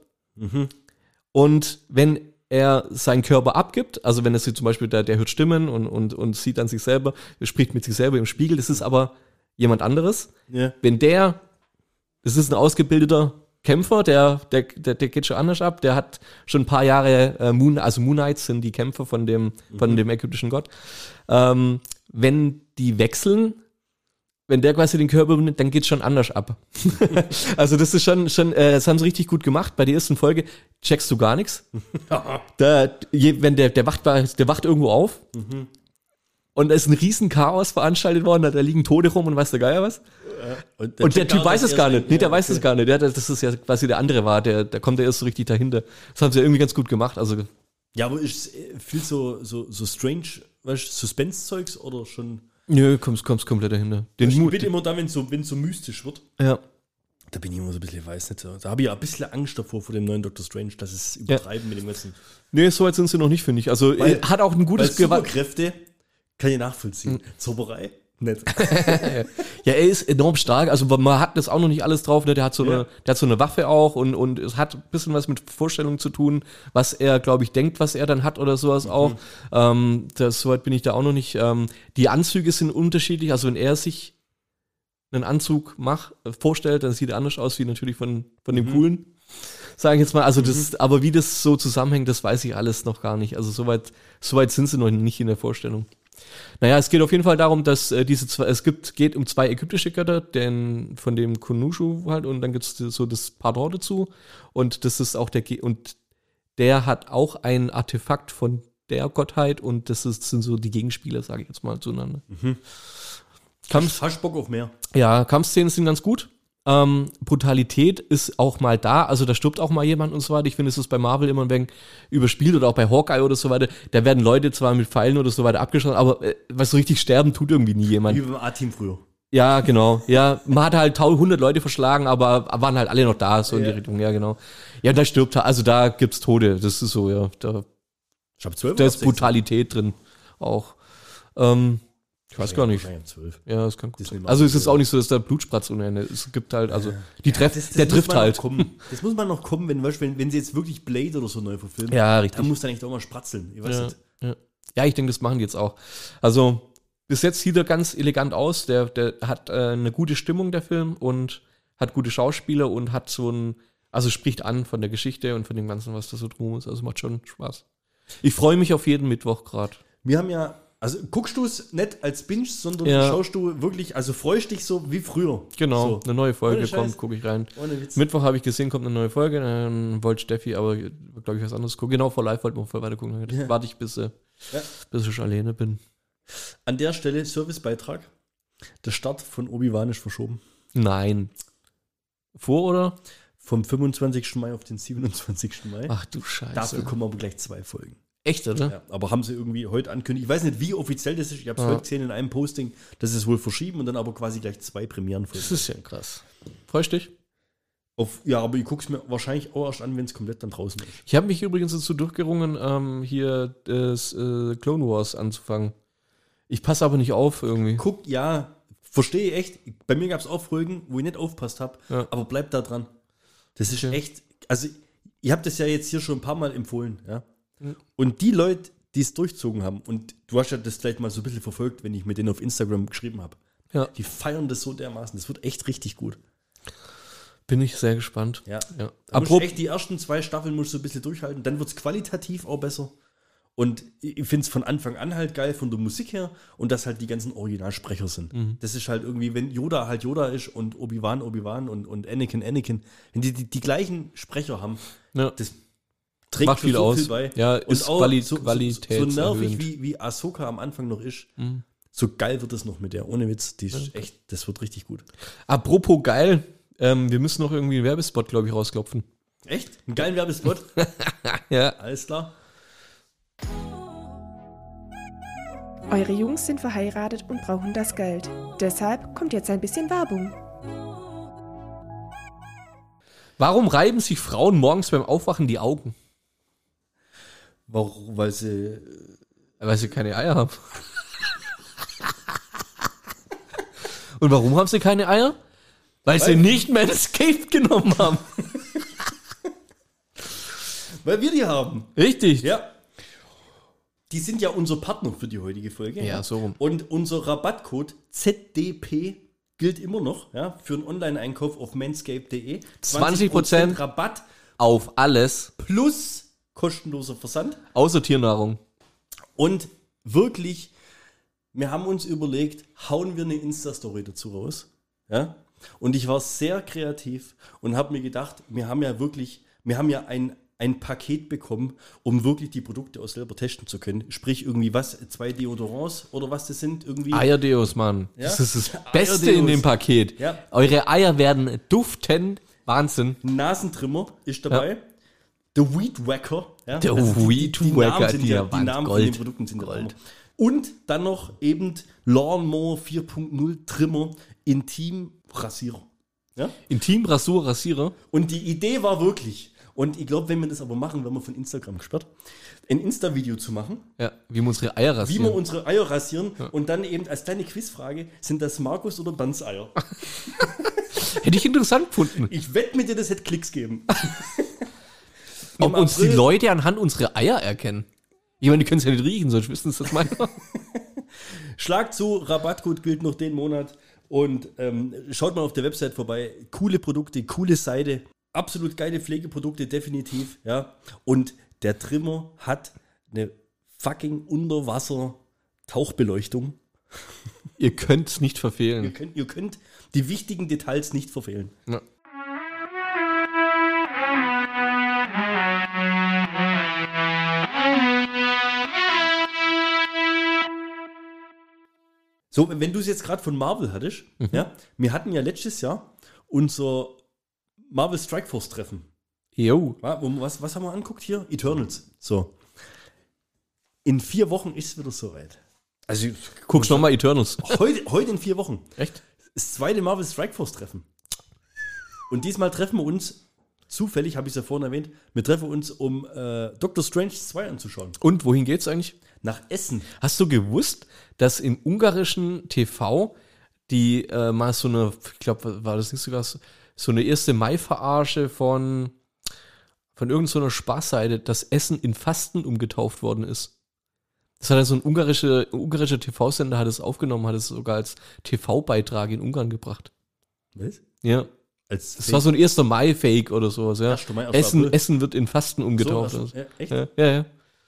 Und wenn er seinen Körper abgibt, also wenn er sie zum Beispiel, der, der hört Stimmen und, und, und sieht an sich selber, spricht mit sich selber im Spiegel, das ist aber jemand anderes
Ja.
wenn der, das ist ein ausgebildeter Kämpfer, der, der, der, der geht schon anders ab, der hat schon ein paar Jahre äh, Moon, also Moon Knights sind die Kämpfer von dem, von dem ägyptischen Gott. Ähm, wenn die wechseln, wenn der quasi den Körper nimmt, dann geht's schon anders ab. also das ist schon, schon äh, das haben sie richtig gut gemacht. Bei der ersten Folge checkst du gar nichts. Da, je, wenn der, der wacht, bei- der wacht irgendwo auf und da ist ein riesen Chaos veranstaltet worden, da, da liegen Tode rum und weiß der Geier was.
Und
Und der Typ weiß es gar nicht. Nee, der weiß
es
es gar nicht. Der, das das ist ja quasi der andere war. Der, da kommt er erst so richtig dahinter. Das haben sie irgendwie ganz gut gemacht. Also,
Ja, aber ist äh, viel so, so, so strange, weißt du, Suspense-Zeugs oder schon.
nö, kommst, kommst komplett dahinter. Den
Ich
Mut.
bin immer da, wenn es so, wenn's so mystisch wird.
Ja.
Da bin ich immer so ein bisschen, weiß nicht. so. Da habe ich ja ein bisschen Angst davor vor dem neuen Doctor Strange, dass es übertreiben mit dem ganzen.
Nee, so weit sind sie noch nicht, finde ich. Also,
Weil-
äh, hat auch ein
Weil
gutes Gewand.
Superkräfte kann ich nachvollziehen.
Hm.
Zauberei? Nett.
Ja, er ist enorm stark. Also, man hat das auch noch nicht alles drauf. Ne? Der, hat so
Ja.
eine, der hat so eine Waffe auch und, und es hat ein bisschen was mit Vorstellungen zu tun, was er, glaube ich, denkt, was er dann hat oder sowas auch. Ähm, das, soweit bin ich da auch noch nicht. Ähm, die Anzüge sind unterschiedlich. Also, wenn er sich einen Anzug mach, äh, vorstellt, dann sieht er anders aus wie natürlich von, von dem coolen. Sage ich jetzt mal, also das, aber wie das so zusammenhängt, das weiß ich alles noch gar nicht. Also soweit, soweit sind sie noch nicht in der Vorstellung. Naja, es geht auf jeden Fall darum, dass äh, diese zwei, es gibt, geht um zwei ägyptische Götter, denn von dem Kunushu halt, und dann gibt es so das Pardon dazu. Und das ist auch der, Ge- und der hat auch ein Artefakt von der Gottheit und das ist, sind so die Gegenspieler, sage ich jetzt mal, zueinander. Kampf,
Hast du Bock auf mehr?
ja, Kampfszenen sind ganz gut. Ähm, Brutalität ist auch mal da, also da stirbt auch mal jemand und so weiter. Ich finde, es ist bei Marvel immer ein wenig überspielt oder auch bei Hawkeye oder so weiter. Da werden Leute zwar mit Pfeilen oder so weiter abgeschossen, aber äh, was so richtig sterben tut irgendwie nie
Wie
jemand.
beim A-Team früher.
Ja, genau. Ja, man hat halt 100 Leute verschlagen, aber waren halt alle noch da, so in die
Ja.
Richtung. Ja, genau. Ja, da stirbt halt, also da gibt's Tode. Das ist so, ja. Da,
Ich habe zwölf.
da ist Brutalität drin auch. Ähm, ich weiß gar nicht.
Ich habe zwölf.
Ja, das kann gut
Disney
sein.
macht
Also es
das
ist
so.
auch nicht so, dass da Blutspratz ohne Ende. Es gibt halt, also die treff,
Das- das
der
muss
trifft
man noch
halt.
Kommen. Das muss man noch kommen, wenn, weißt du, wenn, wenn sie jetzt wirklich Blade oder so neu verfilmen.
Ja,
Da
richtig.
muss dann echt auch mal spratzeln. Ich weiß
Ja,
nicht.
ja. ja, ich denke, das machen die jetzt auch. Also bis jetzt sieht er ganz elegant aus. Der, der hat äh, eine gute Stimmung, der Film, und hat gute Schauspieler und hat so ein, also spricht an von der Geschichte und von dem Ganzen, was da so drum ist. Also macht schon Spaß. Ich freue mich auf jeden Mittwoch gerade.
Wir haben ja Also guckst du es nicht als Binge, sondern
Ja.
schaust du wirklich, also freust dich so wie früher.
Genau,
So.
eine neue Folge
Ohne Scheiß.
kommt, gucke ich rein.
Ohne Witz.
Mittwoch habe ich gesehen, kommt eine neue Folge. Dann wollte Steffi aber, glaube ich, was anderes gucken. Genau, vor live wollten wir voll weiter gucken. Dann hab ich gedacht,
Ja.
Warte ich, bis, äh,
Ja.
bis ich alleine bin.
An der Stelle Servicebeitrag. Der Start von Obi-Wan ist verschoben.
Nein. Vor oder?
Vom 25. Mai auf den 27. Mai.
Ach du Scheiße.
Dafür kommen aber gleich zwei Folgen.
Echt, oder?
Ja, aber haben sie irgendwie heute angekündigt. Ich weiß nicht, wie offiziell das ist. Ich habe es
Ja.
heute gesehen in einem Posting, dass sie es wohl verschieben und dann aber quasi gleich zwei Premierenfolgen.
Das ist ja krass. Freust dich?
Auf, ja, aber ich gucke es mir wahrscheinlich auch erst an, wenn es komplett dann draußen ist.
Ich habe mich übrigens dazu durchgerungen, ähm, hier das äh, Clone Wars anzufangen. Ich passe aber nicht auf irgendwie.
Guckt, ja, verstehe ich echt. Bei mir gab es auch Folgen, wo ich nicht aufpasst habe,
Ja.
aber bleibt da dran. Das ist
Okay.
echt, also ich habe das ja jetzt hier schon ein paar Mal empfohlen, ja.
Mhm.
Und die Leute, die es durchzogen haben, und du hast ja das gleich mal so ein bisschen verfolgt, wenn ich mit denen auf Instagram geschrieben habe.
Ja.
Die feiern das so dermaßen. Das wird echt richtig gut.
Bin ich sehr gespannt.
Ja.
Ja.
Da musst du
Apropos,
echt die ersten zwei Staffeln musst du ein bisschen durchhalten, dann wird es qualitativ auch besser. Und ich finde es von Anfang an halt geil von der Musik her und dass halt die ganzen Originalsprecher sind.
Mhm.
Das ist halt irgendwie, wenn Yoda halt Yoda ist und Obi-Wan Obi-Wan und, und Anakin Anakin, wenn die, die die gleichen Sprecher haben,
ja.
das trägt
Macht
schon
viel aus.
bei.
Ja,
und
ist
auch
Quali
so, so, so
Qualitätserhöhend. Mhm.
nervig wie, wie Ahsoka am Anfang noch ist, so geil wird es noch mit der. Ohne Witz, die ist echt, das wird richtig gut.
Apropos geil, ähm, wir müssen noch irgendwie einen Werbespot, glaube ich, rausklopfen.
Echt? Einen geilen Werbespot?
Ja.
Alles klar.
Eure Jungs sind verheiratet und brauchen das Geld. Deshalb kommt jetzt ein bisschen Werbung.
Warum reiben sich Frauen morgens beim Aufwachen die Augen?
Warum, weil sie
Weil sie keine Eier haben. Und warum haben sie keine Eier? Weil sie nicht Manscaped genommen haben.
Weil wir die haben.
Richtig.
Ja. Die sind ja unser Partner für die heutige Folge.
Ja, so rum.
Und unser Rabattcode ZDP gilt immer noch ja, für einen Online-Einkauf auf manscape.de.
20%
Rabatt
Auf alles,
plus kostenloser Versand.
außer Tiernahrung.
Und wirklich, wir haben uns überlegt, hauen wir eine Insta-Story dazu raus. Ja? Und ich war sehr kreativ und habe mir gedacht, wir haben ja wirklich, wir haben ja ein, ein Paket bekommen, um wirklich die Produkte auch selber testen zu können. Sprich, irgendwie was, zwei Deodorants oder was das sind, irgendwie.
Ah, Eierdeos, Mann.
Ja?
Das ist das Beste in
Eierdeos.
dem Paket.
Ja.
Eure Eier werden duften. Wahnsinn.
Nasentrimmer ist dabei. The Weed Wacker. Ja? also
Der Weed
die, die
Wacker,
Namen sind
die
ja,
Wand,
die Namen von
Gold.
den Produkten sind
Gold.
Gold. Und dann noch eben Lawnmower 4.0 Trimmer Intim Rasierer. Ja?
Intim, Rasur, Rasierer.
Und die Idee war wirklich, und ich glaube, wenn wir das aber machen, wenn wir von Instagram gesperrt, ein Insta-Video zu machen,
Ja, wie wir unsere Eier
wie
rasieren.
wir unsere Eier rasieren und dann eben als kleine Quizfrage, sind das Markus oder Bans Eier?
Hätte ich interessant gefunden.
Ich wette mit dir, das hätte Klicks geben.
Ob
Im
uns die
April-
Leute anhand unserer Eier erkennen. Ich meine, die können es ja nicht riechen, sonst wissen sie das mal.
Schlag zu, Rabattcode gilt noch den Monat und ähm, schaut mal auf der Website vorbei. Coole Produkte, coole Seite, absolut geile Pflegeprodukte, definitiv. Ja. Und der Trimmer hat eine fucking Unterwasser-Tauchbeleuchtung.
Ihr könnt es nicht
Ihr
verfehlen.
könnt, ihr könnt die wichtigen Details nicht verfehlen.
Ja.
So, wenn du es jetzt gerade von Marvel hattest, ja, wir hatten ja letztes Jahr unser Marvel Strike Force Treffen.
Jo.
Wa- wo- Was, was haben wir anguckt hier? Eternals. So. In vier Wochen ist es wieder soweit. Also,
Guckst nochmal Eternals.
heute, heute in vier Wochen.
Echt?
Das zweite Marvel Strike Force Treffen. Und diesmal treffen wir uns, zufällig habe ich es ja vorhin erwähnt, wir treffen uns, um äh, Doctor Strange 2 anzuschauen.
Und wohin geht's eigentlich?
Nach Essen.
Hast du gewusst, dass im ungarischen TV die äh, mal so eine, ich glaube, war das nicht sogar so, so eine erste Mai-Verarsche von, von irgendeiner Spaßseite, dass Essen in Fasten umgetauft worden ist? Das hat ja so ein ungarischer ungarische TV-Sender hat es aufgenommen, hat es sogar als TV-Beitrag in Ungarn gebracht.
Was?
Ja.
Als
Das war so ein 1. Mai-Fake oder sowas, ja.
1. Mai, 1.
Essen,
April.
Essen wird in Fasten
so,
umgetaucht.
also, ja, echt?
ja, ja, ja.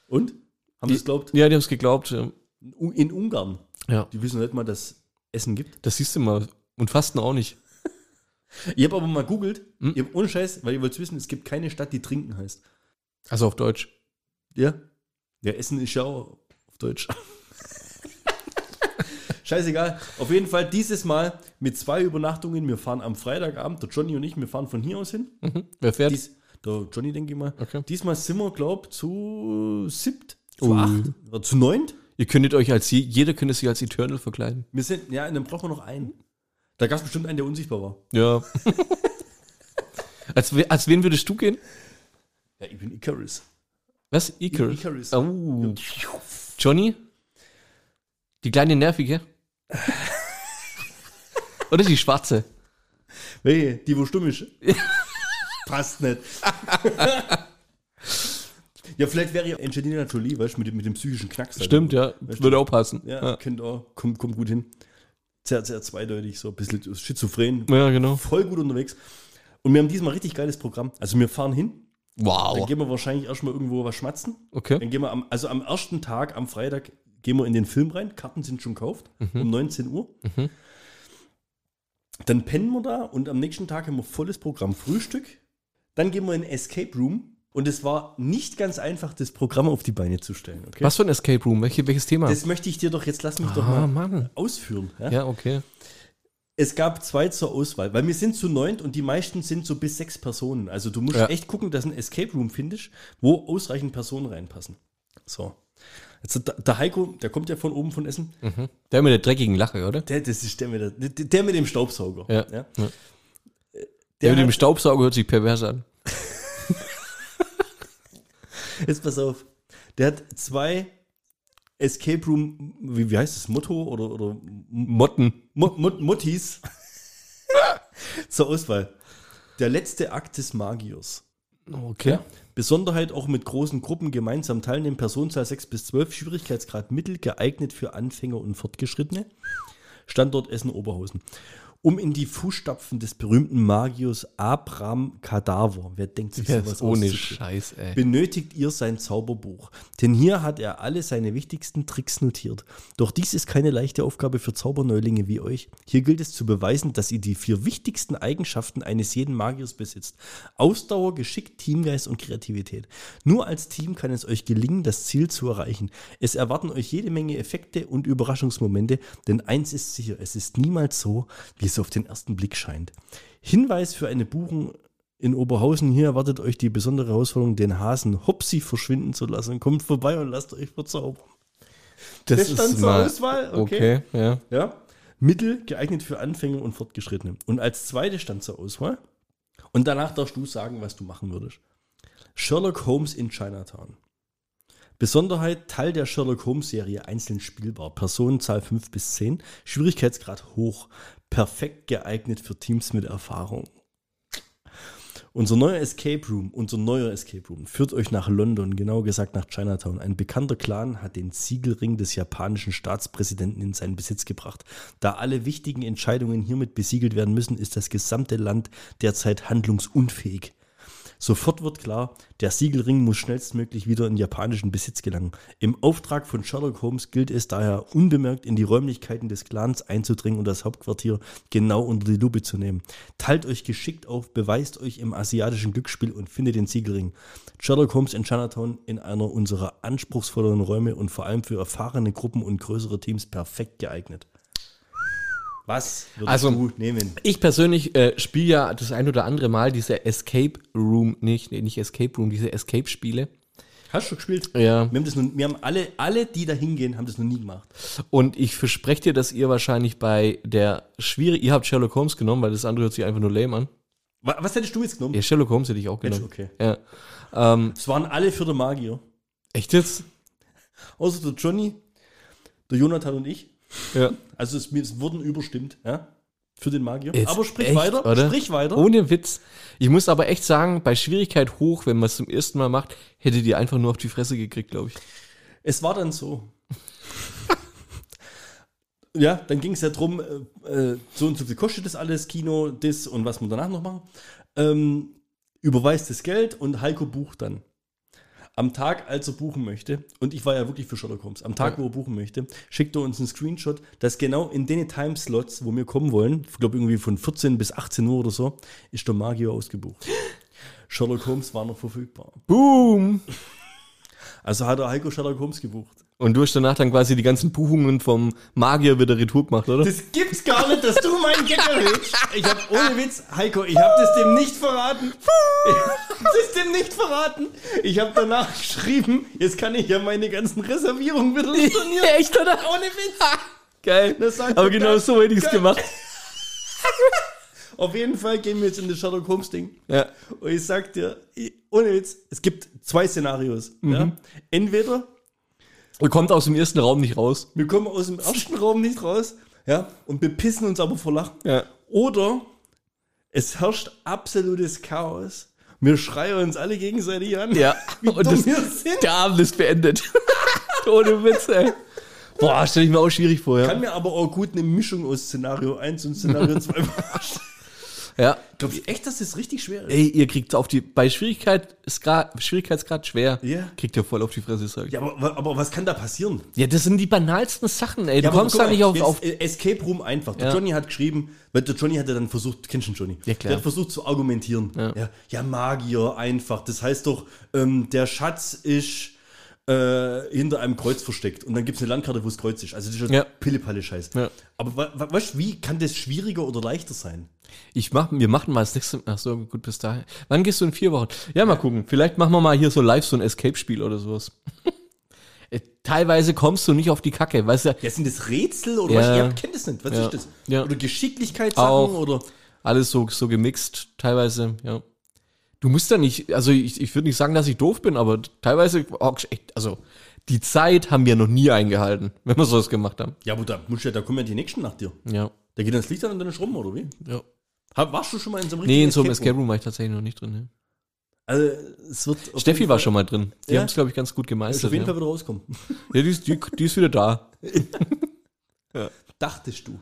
Und? Haben sie es glaubt?
Ja, die haben es geglaubt. ja.
In Ungarn.
Ja.
Die wissen nicht mal, dass es Essen gibt.
Das siehst du mal. Und Fasten auch nicht.
Ich habe aber mal googelt, ich hab ohne Scheiß, weil ihr wollt wissen, es gibt keine Stadt, die Trinken heißt.
Also auf Deutsch.
Ja? Ja, Essen ist ja auch auf Deutsch. Scheißegal. Auf jeden Fall dieses Mal mit zwei Übernachtungen. Wir fahren am Freitagabend, der Johnny und ich, wir fahren von hier aus hin.
Mhm. Wer fährt?
Dies, der Johnny, denke ich mal.
Okay.
Diesmal sind wir, glaube zu siebt, zu
Ui.
acht oder zu neunt.
Ihr könntet euch als, je- jeder könnte sich als Eternal verkleiden.
Wir sind, ja, und dann brauchen wir noch einen. Da gab es bestimmt einen, der unsichtbar war.
Ja. als, we- als wen würdest du gehen?
Ja, ich bin Icarus.
Was? Icarus.
Icarus.
Oh. Johnny? Die kleine Nervige? Oder die Schwarze?
Hey, die, wo stumm ist. Passt nicht. ja, vielleicht wäre ja Angelina Jolie, weißt du, mit, dem- mit dem psychischen Knacks.
Stimmt, ja. Würde auch passen.
Ja, kennt auch. Kommt, kommt gut hin. Sehr, sehr zweideutig, so ein bisschen schizophren.
Ja, genau.
Voll gut unterwegs. Und wir haben diesmal richtig geiles Programm. Also wir fahren hin, dann
Wow.
gehen wir wahrscheinlich erstmal irgendwo was schmatzen.
Okay.
Dann gehen wir am, also am ersten Tag, am Freitag, gehen wir in den Film rein. Karten sind schon gekauft,
Mhm.
um 19 Uhr. Dann pennen wir da und am nächsten Tag haben wir volles Programm Frühstück. Dann gehen wir in den Escape Room und es war nicht ganz einfach, das Programm auf die Beine zu stellen. Okay?
Was für ein Escape Room? Welche, welches Thema?
Das möchte ich dir doch jetzt, lass mich doch
Ah,
mal
Mann.
ausführen. Ja?
Ja, okay.
Es gab zwei zur Auswahl, weil wir sind zu neunt und die meisten sind so bis sechs Personen. Also du musst
Ja.
echt gucken, dass ein Escape Room findest, wo ausreichend Personen reinpassen. So. Jetzt, hat der- der Heiko, der kommt ja von oben von Essen.
Hm. Mhm. Der mit der dreckigen Lache, oder?
Der, das ist der mit, der, der- der mit dem Staubsauger.
Ja.
Der,
Der, mit dem
hat-
Staubsauger hört sich pervers an.
Jetzt pass auf. Der hat zwei Escape Room, wie, wie heißt das, Motto oder, oder
Motten.
Mo- Mut- Muttis zur Auswahl. Der letzte Akt des Magiers.
Okay.
Besonderheit auch mit großen Gruppen gemeinsam teilnehmen. Personenzahl 6 bis 12, Schwierigkeitsgrad Mittel, geeignet für Anfänger und Fortgeschrittene. Standort Essen-Oberhausen. Um in die Fußstapfen des berühmten Magius Abram Kadaver, wer denkt sich
Ja,
sowas
ohne
auszudenken?
Scheiß, ey.
benötigt ihr sein Zauberbuch. Denn hier hat er alle seine wichtigsten Tricks notiert. Doch dies ist keine leichte Aufgabe für Zauberneulinge wie euch. Hier gilt es zu beweisen, dass ihr die vier wichtigsten Eigenschaften eines jeden Magiers besitzt. Ausdauer, Geschick, Teamgeist und Kreativität. Nur als Team kann es euch gelingen, das Ziel zu erreichen. Es erwarten euch jede Menge Effekte und Überraschungsmomente, denn eins ist sicher, es ist niemals so, wie es auf den ersten Blick scheint. Hinweis für eine Buchung in Oberhausen hier erwartet euch die besondere Herausforderung, den Hasen Hopsi verschwinden zu lassen. Kommt vorbei und lasst euch verzaubern. Das stand zur Auswahl,
Okay,
okay.
ja.
Ja. Mittel geeignet für Anfänger und Fortgeschrittene. Und als zweite stand zur Auswahl. Und danach darfst du sagen, was du machen würdest. Sherlock Holmes in Chinatown. Besonderheit, Teil der Sherlock Holmes-Serie, einzeln spielbar. Personenzahl 5 bis 10. Schwierigkeitsgrad hoch. Perfekt geeignet für Teams mit Erfahrung. Unser neuer Escape Room, unser neuer Escape Room führt euch nach London, genau gesagt nach Chinatown. Ein bekannter Clan hat den Siegelring des japanischen Staatspräsidenten in seinen Besitz gebracht. Da alle wichtigen Entscheidungen hiermit besiegelt werden müssen, ist das gesamte Land derzeit handlungsunfähig. Sofort wird klar, der Siegelring muss schnellstmöglich wieder in japanischen Besitz gelangen. Im Auftrag von Sherlock Holmes gilt es daher, unbemerkt in die Räumlichkeiten des Clans einzudringen und das Hauptquartier genau unter die Lupe zu nehmen. Teilt euch geschickt auf, beweist euch im asiatischen Glücksspiel und findet den Siegelring. Sherlock Holmes in Chinatown in einer unserer anspruchsvolleren Räume und vor allem für erfahrene Gruppen und größere Teams perfekt geeignet. Was würdest
Also-
du nehmen?
Ich persönlich äh, spiele ja das ein oder andere Mal diese Escape Room, nicht, nee, nicht Escape Room, diese Escape-Spiele.
Hast du gespielt?
Ja.
Wir haben, das nun, wir haben alle, alle, die da hingehen, haben das noch nie gemacht.
Und ich verspreche dir, dass ihr wahrscheinlich bei der schwierig, ihr habt Sherlock Holmes genommen, weil das andere hört sich einfach nur lame an.
Wa- Was hättest du jetzt genommen?
Ja, Sherlock Holmes hätte ich auch genommen.
okay.
Ja. Ähm,
Es waren alle für den Magier.
Echt jetzt?
Außer der Johnny, der Jonathan und ich.
Ja.
Also es, wir- es wurden überstimmt, ja? Für den Magier.
Jetzt
aber sprich
echt,
weiter,
oder?
sprich weiter.
Ohne Witz. Ich muss aber echt sagen, bei Schwierigkeit hoch, wenn man es zum ersten Mal macht, hättet ihr einfach nur auf die Fresse gekriegt, glaube ich.
Es war dann so. ja, dann ging es ja drum, äh, äh, so und so viel kostet das alles, Kino, das und was wir danach noch machen. Ähm, überweist das Geld und Heiko bucht dann. Am Tag, als er buchen möchte, und ich war ja wirklich für Sherlock Holmes, am Tag, wo er buchen möchte, schickt er uns einen Screenshot, dass genau in den Timeslots, wo wir kommen wollen, ich glaube irgendwie von 14 bis 18 Uhr oder so, ist der Magier ausgebucht. Sherlock Holmes war noch verfügbar.
Boom!
Also hat er Heiko Sherlock Holmes gebucht.
Und du hast danach dann quasi die ganzen Buchungen vom Magier wieder retour gemacht, oder?
Das gibt's gar nicht, dass du meinen Gag erhöhst. Ich hab ohne Witz, Heiko, ich hab das dem nicht verraten. Ich hab das dem nicht verraten. Ich hab danach geschrieben, jetzt kann ich ja meine ganzen Reservierungen wieder stornieren.
Echt, oder?
Ohne Witz.
Geil.
Das sagt
Aber
doch
genau
das.
so hätte ich es
Geil.
gemacht.
Auf jeden Fall gehen wir jetzt in das Sherlock Holmes Ding.
Ja.
Und ich sag dir, ich- ohne Witz, es gibt zwei Szenarios. Ja? Entweder
Und kommt aus dem ersten Raum nicht raus.
wir kommen aus dem ersten Raum nicht raus ja, und bepissen uns aber vor Lachen.
Ja.
Oder es herrscht absolutes Chaos. Wir schreien uns alle gegenseitig an.
Ja.
Wie
Und
dumm
das,
wir sind.
der Abend ist beendet. Ohne Witz, ey. Boah, stelle ich mir auch schwierig vor, ja.
Kann mir aber auch gut eine Mischung aus Szenario 1 und Szenario 2 vorstellen.
ja.
Glaubst du echt, dass das richtig schwer ist?
Ey, ihr kriegt auf die, bei Schwierigkeit, Skra- Schwierigkeitsgrad schwer,
Ja.
kriegt ihr voll auf die Fresse, sag ich.
Ja, aber, aber was kann da passieren?
Ja, das sind die banalsten Sachen, ey. Du
Ja, aber
kommst
guck
da
mal,
nicht auf,
jetzt,
auf
äh, Escape Room einfach. Der
Ja.
Johnny hat geschrieben, weil der Johnny hat ja dann versucht, kennst du den Johnny?
Ja, klar.
Der hat versucht zu argumentieren. Ja, ja, Magier einfach. Das heißt doch, ähm, der Schatz ist äh, hinter einem Kreuz versteckt. Und dann gibt es eine Landkarte, wo das Kreuz ist. Also das ist ja
Ja.
Pillepalle-Scheiß.
Ja.
Aber wa- wa- weißt du, wie kann das schwieriger oder leichter sein?
Ich mach, wir machen mal das nächste Ach so, gut, bis dahin. Wann gehst du in vier Wochen? Ja, mal gucken. Vielleicht machen wir mal hier so live so ein Escape-Spiel oder sowas. Äh, Teilweise kommst du nicht auf die Kacke, weißt du?
Ja, sind das Rätsel oder
Ja.
was? Ihr kennt das nicht. Was
Ja.
ist das?
Ja.
Oder Geschicklichkeitssachen
Auch.
oder.
Alles so, so gemixt, teilweise, ja. Du musst da nicht, also ich, ich würde nicht sagen, dass ich doof bin, aber teilweise, oh, echt, also die Zeit haben wir noch nie eingehalten, wenn wir sowas gemacht haben.
Ja, aber da, musst du ja, da kommen ja die nächsten nach dir.
Ja,
Da geht dann das Licht an und dann ist rum, oder wie?
ja.
Hab- Warst du schon mal in so einem
Nee, in so einem
Escape Room?
Escape Room war ich tatsächlich noch nicht drin. Ne?
Also, es wird auf
Steffi
jeden
war
Fall-
Also schon mal drin. Die
Ja.
haben es, glaube ich, ganz gut
ist auf
gemeistert.
jeden
Ja,
Fall wieder rauskommen.
ja die, ist, die, die ist wieder da.
Dachtest du.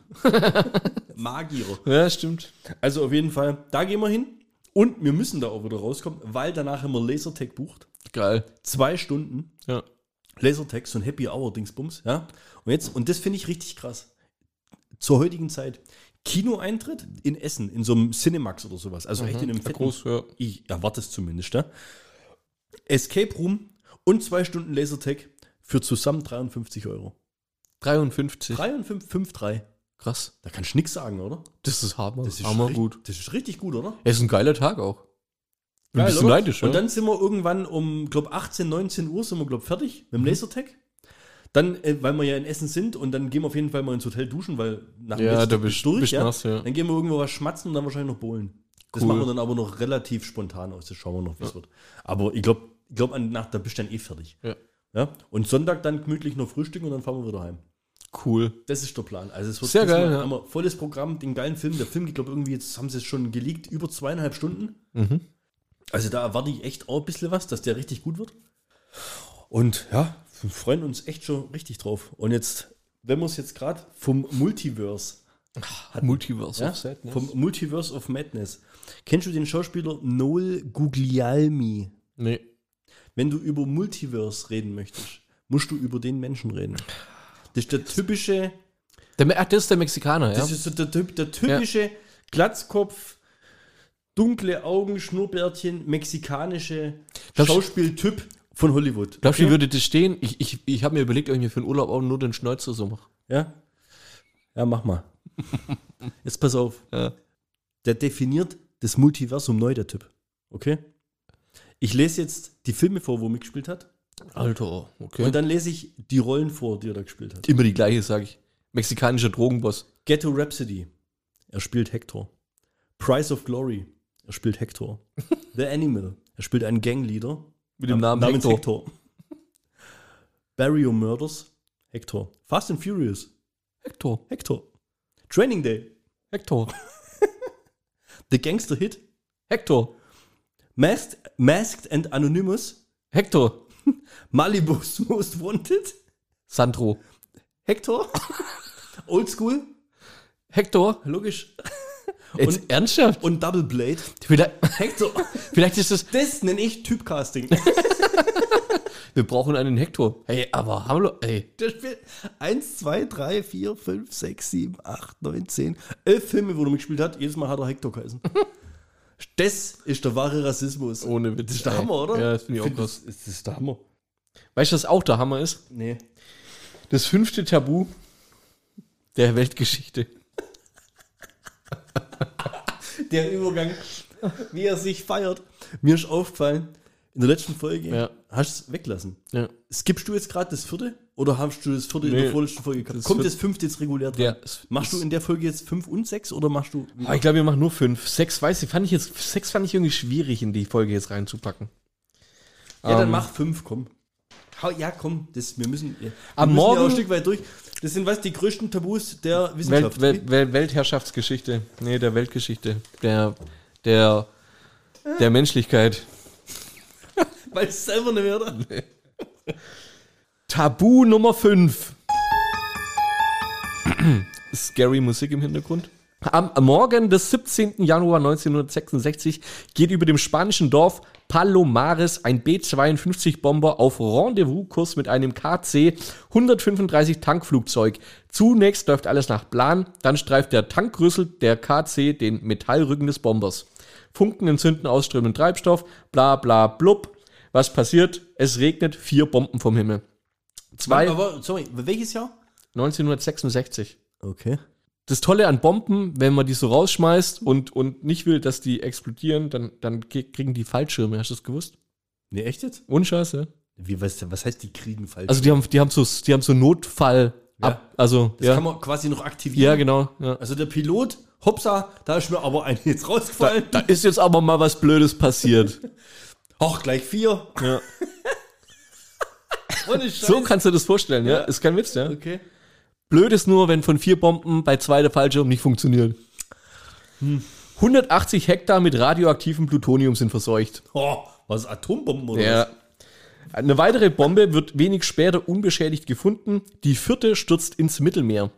Magier.
Ja, stimmt.
Also auf jeden Fall, da gehen wir hin. Und wir müssen da auch wieder rauskommen, weil danach immer Lasertag bucht.
Geil.
Zwei Stunden
Ja.
Lasertag, so ein Happy Hour Dingsbums, ja. Und jetzt, und das finde ich richtig krass. Zur heutigen Zeit. Kinoeintritt in Essen, in so einem Cinemax oder sowas. Also echt in einem
Ja,
fetten
Mhm, groß, ja.
Ich erwarte es zumindest, ja. Escape Room und zwei Stunden Lasertag für zusammen 53 Euro.
53.
3 und 5, 5, 3.
Krass.
Da kannst du nichts sagen, oder?
Das ist hammer. Das ist
ri-
gut.
Das ist richtig gut, oder?
Es ist ein geiler Tag auch. Ein
Geil,
bisschen
oder?
neidisch,
Und
ja.
dann sind wir irgendwann um, glaub 18, 19 Uhr sind wir, glaub fertig mit dem
Mhm.
Lasertag. Dann, äh, weil wir ja in Essen sind und dann gehen wir auf jeden Fall mal ins Hotel duschen, weil nach dem
Ja,
Lasertag
da bist- bist
ja?
nass, ja.
Dann gehen wir irgendwo was schmatzen und dann wahrscheinlich noch bowlen. Das
Cool.
machen wir dann aber noch relativ spontan aus. Das schauen wir noch, wie es wird. Aber ich glaube, ich glaub, an Nacht, da bist du dann eh fertig.
Ja.
Ja? Und Sonntag dann gemütlich noch frühstücken und dann fahren wir wieder heim.
Cool.
Das ist der Plan. Also es wird
Sehr
diesmal
geil, ja.
haben wir volles Programm, den geilen Film. Der Film geht, glaube irgendwie, jetzt haben sie es schon geleakt, über zweieinhalb Stunden.
Mhm.
Also da erwarte ich echt auch ein bisschen was, dass der richtig gut wird. Und ja, wir freuen uns echt schon richtig drauf. Und jetzt, wenn wir es jetzt gerade vom Multiverse,
Ah, Multiverse
ja,
of Sadness.
vom Multiverse of Madness, kennst du den Schauspieler Noel Guglielmi?
nee.
Wenn du über Multiverse reden möchtest, musst du über den Menschen reden. Das ist der typische
Der, Me- ach, das ist der Mexikaner, ja?
Das ist so der, Typ- der typische Glatzkopf, dunkle Augen, Schnurrbärtchen, mexikanische
Darf ich-
Schauspieltyp von Hollywood.
Glaubst du, wie würde das stehen? Ich, ich, ich habe mir überlegt, ob ich mir für den Urlaub auch nur den Schnäuzer so mache.
Ja? ja, mach mal. Jetzt pass auf.
Ja.
Der definiert das Multiversum neu, der Typ. Okay? Ich lese jetzt die Filme vor, wo er mitgespielt hat.
Alter, okay.
Und dann lese ich die Rollen vor, die er da gespielt hat.
immer die gleiche, sage ich. Mexikanischer Drogenboss.
Ghetto Rhapsody. Er spielt Hector. Price of Glory. Er spielt Hector. The Animal. Er spielt einen Gangleader.
Mit dem Namen
namens
Hector.
Hector. Barrio Murders. Hector. Fast and Furious.
Hector.
Hector. Training Day.
Hector.
The Gangster Hit.
Hector.
Masked, Masked and Anonymous.
Hector.
Malibu's Most Wanted.
Sandro.
Hector. Old School.
Hector.
Logisch.
Jetzt ernsthaft?
Und Double Blade.
Vielleicht,
Hector.
vielleicht ist das,
Das nenne ich Typcasting.
wir brauchen einen Hector. Hey, aber hallo, ey.
Der spielt 1, 2, 3, 4, 5, 6, 7, 8, 9, 10, 11 Filme, wo er mitgespielt hat. Jedes Mal hat er Hector geheißen. Das ist der wahre Rassismus.
Ohne Witz.
das ist der
ey.
Hammer, oder?
Äh, Ja, das finde ich auch
Find
krass.
das- Das ist der Hammer.
Weißt du, was auch der Hammer ist?
Nee.
Das fünfte Tabu der Weltgeschichte.
Der Übergang, wie er sich feiert. Mir ist aufgefallen, in der letzten Folge
Ja.
hast du es weglassen.
Ja.
Skippst du jetzt gerade das vierte oder hast du das vierte in
Nee.
der vorletzten Folge gehabt?
Das
Kommt
vierte-
das fünfte jetzt regulär dran?
Ja, es-
machst du in der Folge jetzt fünf und sechs oder machst du.
Aber ich glaube, wir machen nur fünf. Sechs, weiß ich, fand ich jetzt, sechs fand ich irgendwie schwierig, in die Folge jetzt reinzupacken.
Ja, dann
Ähm,
mach fünf, komm. Hau, ja, komm, das, wir müssen, wir
Am
müssen ja auch
Morgen-
ein Stück weit durch. Das sind was die größten Tabus der Wissenschaft.
Welt, Welt, Welt, Weltherrschaftsgeschichte. Nee, der Weltgeschichte. Der, der, der Menschlichkeit.
Weil es selber nicht mehr oder?
Tabu Nummer 5. Scary Musik im Hintergrund. Am Morgen des 17. Januar 1966 geht über dem spanischen Dorf Palomares ein B-52-Bomber auf Rendezvous-Kurs mit einem KC-135-Tankflugzeug. Zunächst läuft alles nach Plan, dann streift der Tankgrüssel der KC den Metallrücken des Bombers. Funken entzünden ausströmenden Treibstoff, bla bla blub. Was passiert? Es regnet vier Bomben vom Himmel. Zwei,
Aber, sorry, welches Jahr?
1966.
Okay.
Das Tolle an Bomben, wenn man die so rausschmeißt und, und nicht will, dass die explodieren, dann, dann ge- kriegen die Fallschirme. Hast du das gewusst?
Nee, echt jetzt?
Unscheiße.
Wie, was, was heißt, die kriegen falsch?
Also die haben, die haben so, die haben so Notfall ab. Also,
das
ja.
kann man quasi noch aktivieren.
ja, genau. Ja.
Also der Pilot, hoppsa, da ist mir aber ein jetzt rausgefallen.
Da ist jetzt aber mal was Blödes passiert.
Ach, gleich vier.
ja.
Ohne
So
Scheiß.
kannst du das vorstellen, ja.
Ja.
Ist kein Witz, ja.
Okay.
Blöd ist nur, wenn von vier Bomben bei zwei der Fallschirm nicht funktioniert.
Hm.
180 Hektar mit radioaktivem Plutonium sind verseucht.
Oh, was Atombomben oder
Ja. Eine weitere Bombe wird wenig später unbeschädigt gefunden. Die vierte stürzt ins Mittelmeer.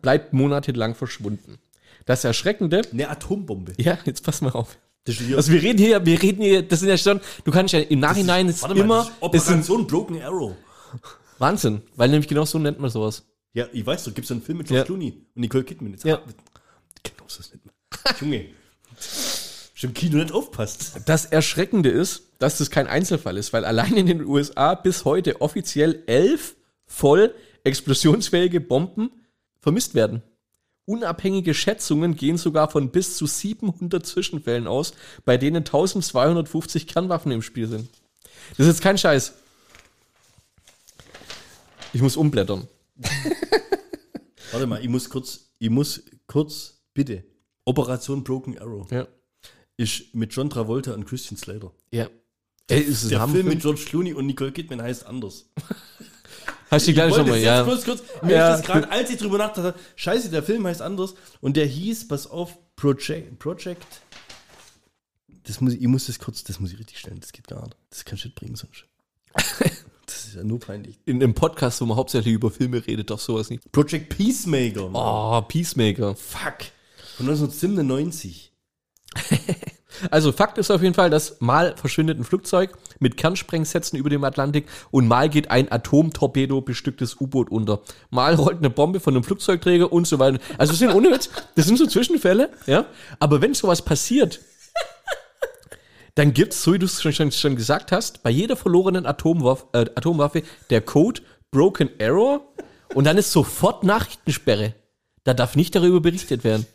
Bleibt monatelang verschwunden. Das Erschreckende.
was? Eine Ne, Atombombe.
Ja, jetzt pass mal auf.
Das ist hier,
Also wir reden hier, wir reden hier, das sind ja schon, du kannst ja im Nachhinein ist,
warte mal,
immer,
das ist
es sind
Operation Broken Arrow.
Wahnsinn, weil nämlich genau so nennt man sowas.
Ja, ich weiß, da gibt es einen Film mit George
Ja.
Clooney und Nicole Kidman. Jetzt
Ja.
Genau so ist nicht mehr. Junge. Ist im Kino nicht aufpasst.
Das Erschreckende ist, dass das kein Einzelfall ist, weil allein in den USA bis heute offiziell elf voll explosionsfähige Bomben vermisst werden. Unabhängige Schätzungen gehen sogar von bis zu 700 Zwischenfällen aus, bei denen 1250 Kernwaffen im Spiel sind. Das ist jetzt kein Scheiß. Ich muss umblättern.
Warte mal, ich muss kurz, ich muss kurz, bitte. Operation Broken Arrow
Ja.
ist mit John Travolta und Christian Slater.
Ja. Ey, ist es
Der
ein
Film
Film?
mit George Clooney und Nicole Kidman heißt anders.
Hast du die gleich
Ich wollte
nochmal?
es
Ja.
jetzt bloß kurz, mir
Ja.
ist das gerade, als ich drüber nachdachte, scheiße, der Film heißt anders und der hieß, pass auf, Project, Project, das muss ich, ich muss das kurz, das muss ich richtig stellen, das geht gar nicht, das kann Shit bringen sonst. das ist ja nur peinlich.
In einem Podcast, wo man hauptsächlich über Filme redet, darf sowas nicht.
Project Peacemaker, Mann.
Oh, Peacemaker.
fuck, von 1997.
Also Fakt ist auf jeden Fall, dass mal verschwindet ein Flugzeug mit Kernsprengsätzen über dem Atlantik und mal geht ein Atomtorpedo bestücktes U-Boot unter. Mal rollt eine Bombe von einem Flugzeugträger und so weiter. Also das sind ohne Witz, das sind so Zwischenfälle, ja. Aber wenn sowas passiert, dann gibt's, so wie du es schon, schon, schon gesagt hast, bei jeder verlorenen Atomwaffe, äh, Atomwaffe der Code Broken Arrow und dann ist sofort Nachrichtensperre. Da darf nicht darüber berichtet werden.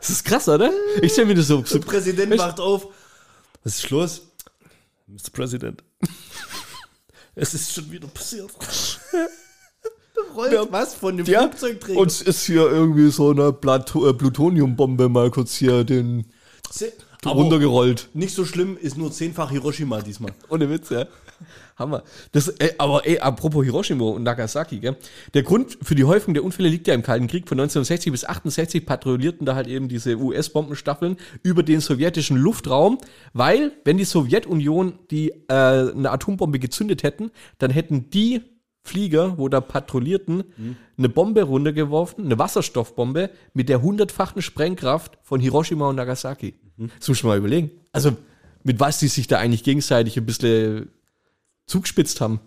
Das ist krass, oder? Ich stelle mir das so, so
Der Präsident
Echt?
macht auf, was ist los? Mr. President. es ist schon wieder passiert. Da Rollt was von dem
Ja,
Flugzeugträger?
uns ist hier irgendwie so eine Plato äh, Plutoniumbombe mal kurz hier den
Aber
runtergerollt.
nicht so schlimm ist nur zehnfach Hiroshima diesmal.
Ohne Witz, ja. Hammer. Das, ey, aber ey, apropos Hiroshima und Nagasaki, gell? Der Grund für die Häufung der Unfälle liegt ja im Kalten Krieg. Von 1960 bis 68 patrouillierten da halt eben diese US-Bombenstaffeln über den sowjetischen Luftraum, weil, wenn die Sowjetunion die äh, eine Atombombe gezündet hätten, dann hätten die Flieger, wo da patrouillierten, eine Bombe runtergeworfen, eine Wasserstoffbombe mit der hundertfachen Sprengkraft von Hiroshima und Nagasaki. Das muss man mal überlegen. Also, mit was die sich da eigentlich gegenseitig ein bisschen zugespitzt haben.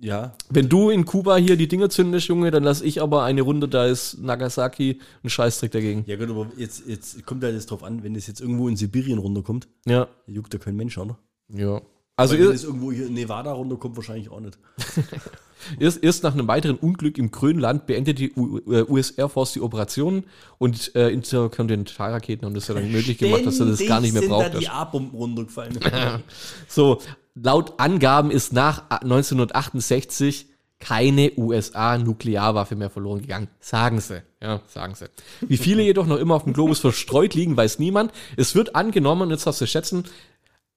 Ja,
Wenn du in Kuba hier die Dinger zündest, Junge, dann lass ich aber eine Runde, da ist Nagasaki ein Scheißtrick dagegen.
ja gut, aber jetzt, jetzt kommt halt jetzt drauf an, wenn es jetzt irgendwo in Sibirien runterkommt,
Ja.
juckt da kein Mensch, oder?
Ja. Also
Weil wenn es
erst,
irgendwo hier in Nevada runterkommt, wahrscheinlich auch nicht.
erst, erst nach einem weiteren Unglück im Grönland beendet die U äh, US Air Force die Operationen und äh, Interkontinentalraketen haben das ja dann möglich gemacht, dass er das gar nicht mehr
Ständig
braucht.
sind
also.
da die A-Bomben runtergefallen.
So, laut Angaben ist nach 1968 keine USA-Nuklearwaffe mehr verloren gegangen. Sagen sie. Ja, sagen sie. Wie viele jedoch noch immer auf dem Globus verstreut liegen, weiß niemand. Es wird angenommen, und jetzt darfst du schätzen,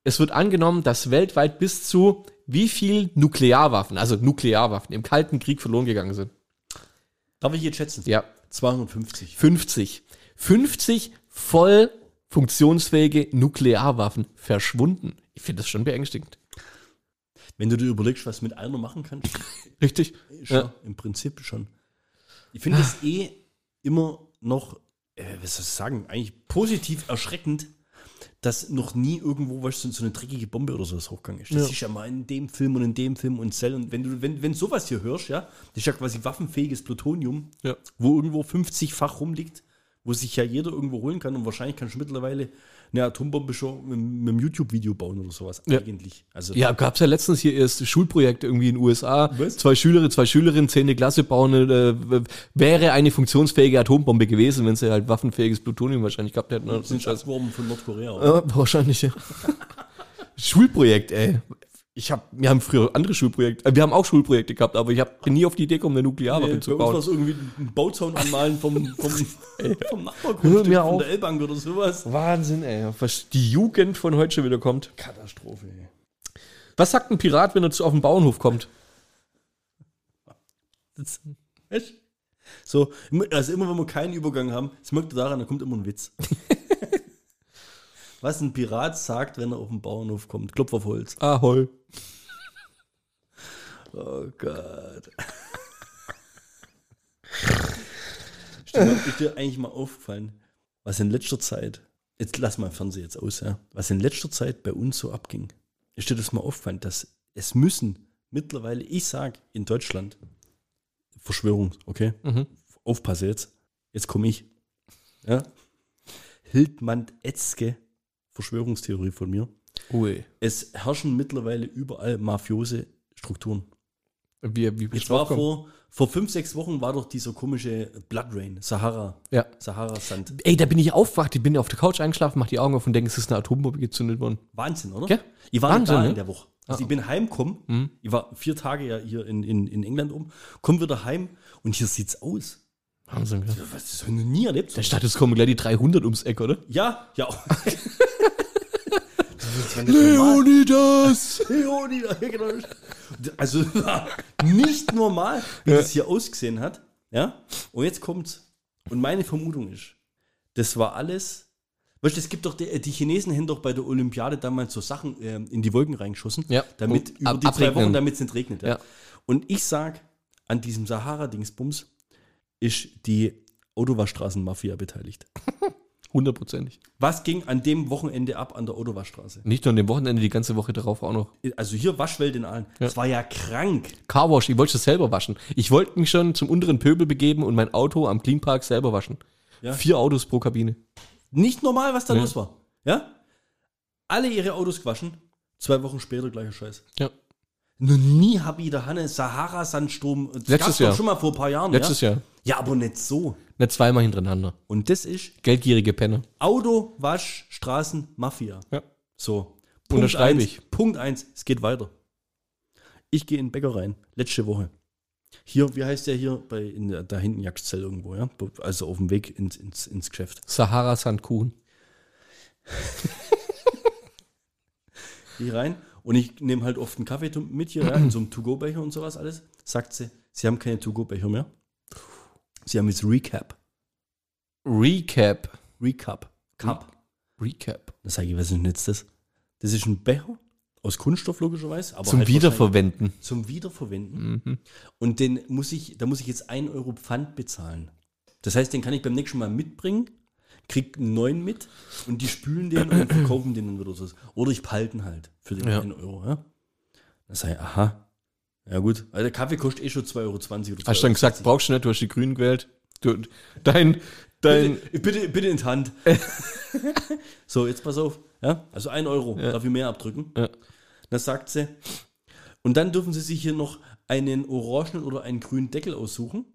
es wird angenommen, dass weltweit bis zu wie viel Nuklearwaffen, also Nuklearwaffen, im Kalten Krieg verloren gegangen sind.
Darf ich jetzt schätzen?
Ja,
250.
50. 50 voll funktionsfähige Nuklearwaffen verschwunden. Ich finde das schon beängstigend.
Wenn du dir überlegst, was mit einer machen kannst,
Richtig?
schon, im Prinzip schon. Ich finde es eh immer noch, äh, was soll ich sagen, eigentlich positiv erschreckend, dass noch nie irgendwo was so, so eine dreckige Bombe oder sowas hochgegangen ist. Das ist ja mal in dem Film und in dem Film und Cell. Und wenn du, wenn, wenn sowas hier hörst, ja, das ist ja quasi waffenfähiges Plutonium,
Ja.
wo irgendwo 50-fach rumliegt, wo sich ja jeder irgendwo holen kann und wahrscheinlich kannst du mittlerweile eine Atombombe schon mit, mit einem YouTube-Video bauen oder sowas
Ja.
eigentlich. Also
Ja, gab's ja letztens hier erst Schulprojekt irgendwie in den USA.
Was?
Zwei Schülerinnen, zwei Schülerinnen, zehnte Klasse bauen, eine, äh, w- wäre eine funktionsfähige Atombombe gewesen, wenn sie halt waffenfähiges Plutonium wahrscheinlich gehabt hätten. oder?
das sind Schatzwurm von Nordkorea. oder?
Ja, wahrscheinlich, ja. Schulprojekt, ey. Ich hab, wir haben früher andere Schulprojekte, äh, wir haben auch Schulprojekte gehabt, aber ich hab nie auf die Idee gekommen, eine Nuklearwaffe
Nee, Äh, bei
zu
uns war
bauen.
es irgendwie ein Bauzaun anmalen vom, vom, vom
Hör
Nachbargrundstück
mir
von
auf.
der Elbank oder sowas.
Wahnsinn, ey, was die Jugend von heute schon wieder kommt.
Katastrophe. ey.
Was sagt ein Pirat, wenn er zu auf den Bauernhof kommt?
Das, weißt du? so, immer- also immer wenn wir keinen Übergang haben, es merkt ihr daran, da kommt immer ein Witz. Was ein Pirat sagt, wenn er auf den Bauernhof kommt. Klopf auf Holz.
Ahoi.
Oh Gott. Stimmt, ist dir eigentlich mal aufgefallen, was in letzter Zeit, jetzt lass mal Fernseher jetzt aus, ja, was in letzter Zeit bei uns so abging. Ist dir das mal aufgefallen, dass es müssen mittlerweile, ich sag, in Deutschland, Verschwörung, okay,
Mhm.
aufpasse jetzt, jetzt komme ich, ja, Hildmann-Etzke, Verschwörungstheorie von mir,
Ui.
es herrschen mittlerweile überall mafiose Strukturen.
Wie, wie bist
Jetzt
du
war
draufgekommen?
vor, vor fünf, sechs Wochen war doch dieser komische Blood Rain, Sahara,
Ja.
Sahara-Sand.
Ey, da bin ich aufgewacht, ich bin auf der Couch eingeschlafen, mach die Augen auf und denke, es ist eine Atombombe gezündet worden.
Wahnsinn, oder?
Gell?
Ich war nicht
Wahnsinn,
da
ne? Mhm.
in der Woche. Also ich bin heimgekommen, ich war vier Tage ja hier in, in, in England oben, komm wieder heim und hier sieht's aus.
Wahnsinn, ja.
Was das habe ich noch nie erlebt.
Der Stadt, es kommen gleich die 300 ums Eck, oder?
ja, ja. Das war nicht normal.
Leonidas!
Leonie, ja, genau. Also nicht normal, wie das hier ausgesehen hat. Ja? Und jetzt kommt's. Und meine Vermutung ist, das war alles. Weißt du, es gibt doch, die, die Chinesen haben doch bei der Olympiade damals so Sachen ähm, in die Wolken reingeschossen,
Ja,
damit
um
über
ab-
die zwei
abregnen.
Wochen, damit es nicht regnet. Ja.
Ja.
Und ich sag, an diesem Sahara-Dingsbums ist die Odowa-Straßen-Mafia beteiligt.
Hundertprozentig.
Was ging an dem Wochenende ab an der Odowa-Straße?
Nicht nur an dem Wochenende, die ganze Woche darauf auch noch.
Also hier Waschwelt in Aalen. Das war ja krank.
Carwash, ich wollte es selber waschen. Ich wollte mich schon zum unteren Pöbel begeben und mein Auto am Clean Park selber waschen.
Ja.
Vier Autos pro Kabine.
Nicht normal, was da
Nee.
los war. Ja? Alle ihre Autos gewaschen, zwei Wochen später gleicher Scheiß.
Ja.
Noch nie habe ich da Hanne Sahara-Sandsturm. Das
Hm. Letztes
gab's
Jahr.
Doch schon mal vor ein paar Jahren.
Letztes
ja?
Jahr.
Ja, aber nicht so.
Nicht zweimal hintereinander.
Und das ist
Geldgierige Penner.
Auto, Wasch, Straßen, Mafia.
Ja.
So.
Unterschreibe
eins,
ich.
Punkt eins. Es geht weiter. Ich gehe in den Bäcker rein. Letzte Woche. Hier, wie heißt der hier? Bei, in, der- da hinten Jagdzell irgendwo, ja? Also auf dem Weg ins, ins, ins Geschäft.
Sahara Sandkuchen.
Geh ich rein und ich nehme halt oft einen Kaffee tu- mit hier, ja, in so einem To-Go-Becher und sowas alles. Sagt sie, sie haben keine To-Go-Becher mehr. Sie haben jetzt Recap.
Recap.
Recap. Cup.
Recap.
Da sage ich, was ist denn jetzt das? Das ist ein Becher, Aus Kunststoff logischerweise. Aber
Zum
halt
Wiederverwenden.
wahrscheinlich- Zum Wiederverwenden.
Mhm.
Und den muss ich, da muss ich jetzt 1 Euro Pfand bezahlen. Das heißt, den kann ich beim nächsten Mal mitbringen, krieg einen neuen mit und die spülen den und verkaufen den dann wieder so. Oder ich palten halt für den
Ja.
1 Euro. Ja? Das sei, aha. Ja gut, also der Kaffee kostet eh schon 2,20 Euro. Oder 2,20
Hast du dann gesagt, brauchst du nicht, du hast die Grünen gewählt. Du, dein, dein,
bitte, äh, bitte, bitte in die Hand. so, jetzt pass auf. Ja? Also ein Euro, darf ich mehr abdrücken?
Ja.
Das sagt sie. Und dann dürfen sie sich hier noch einen orangen oder einen grünen Deckel aussuchen.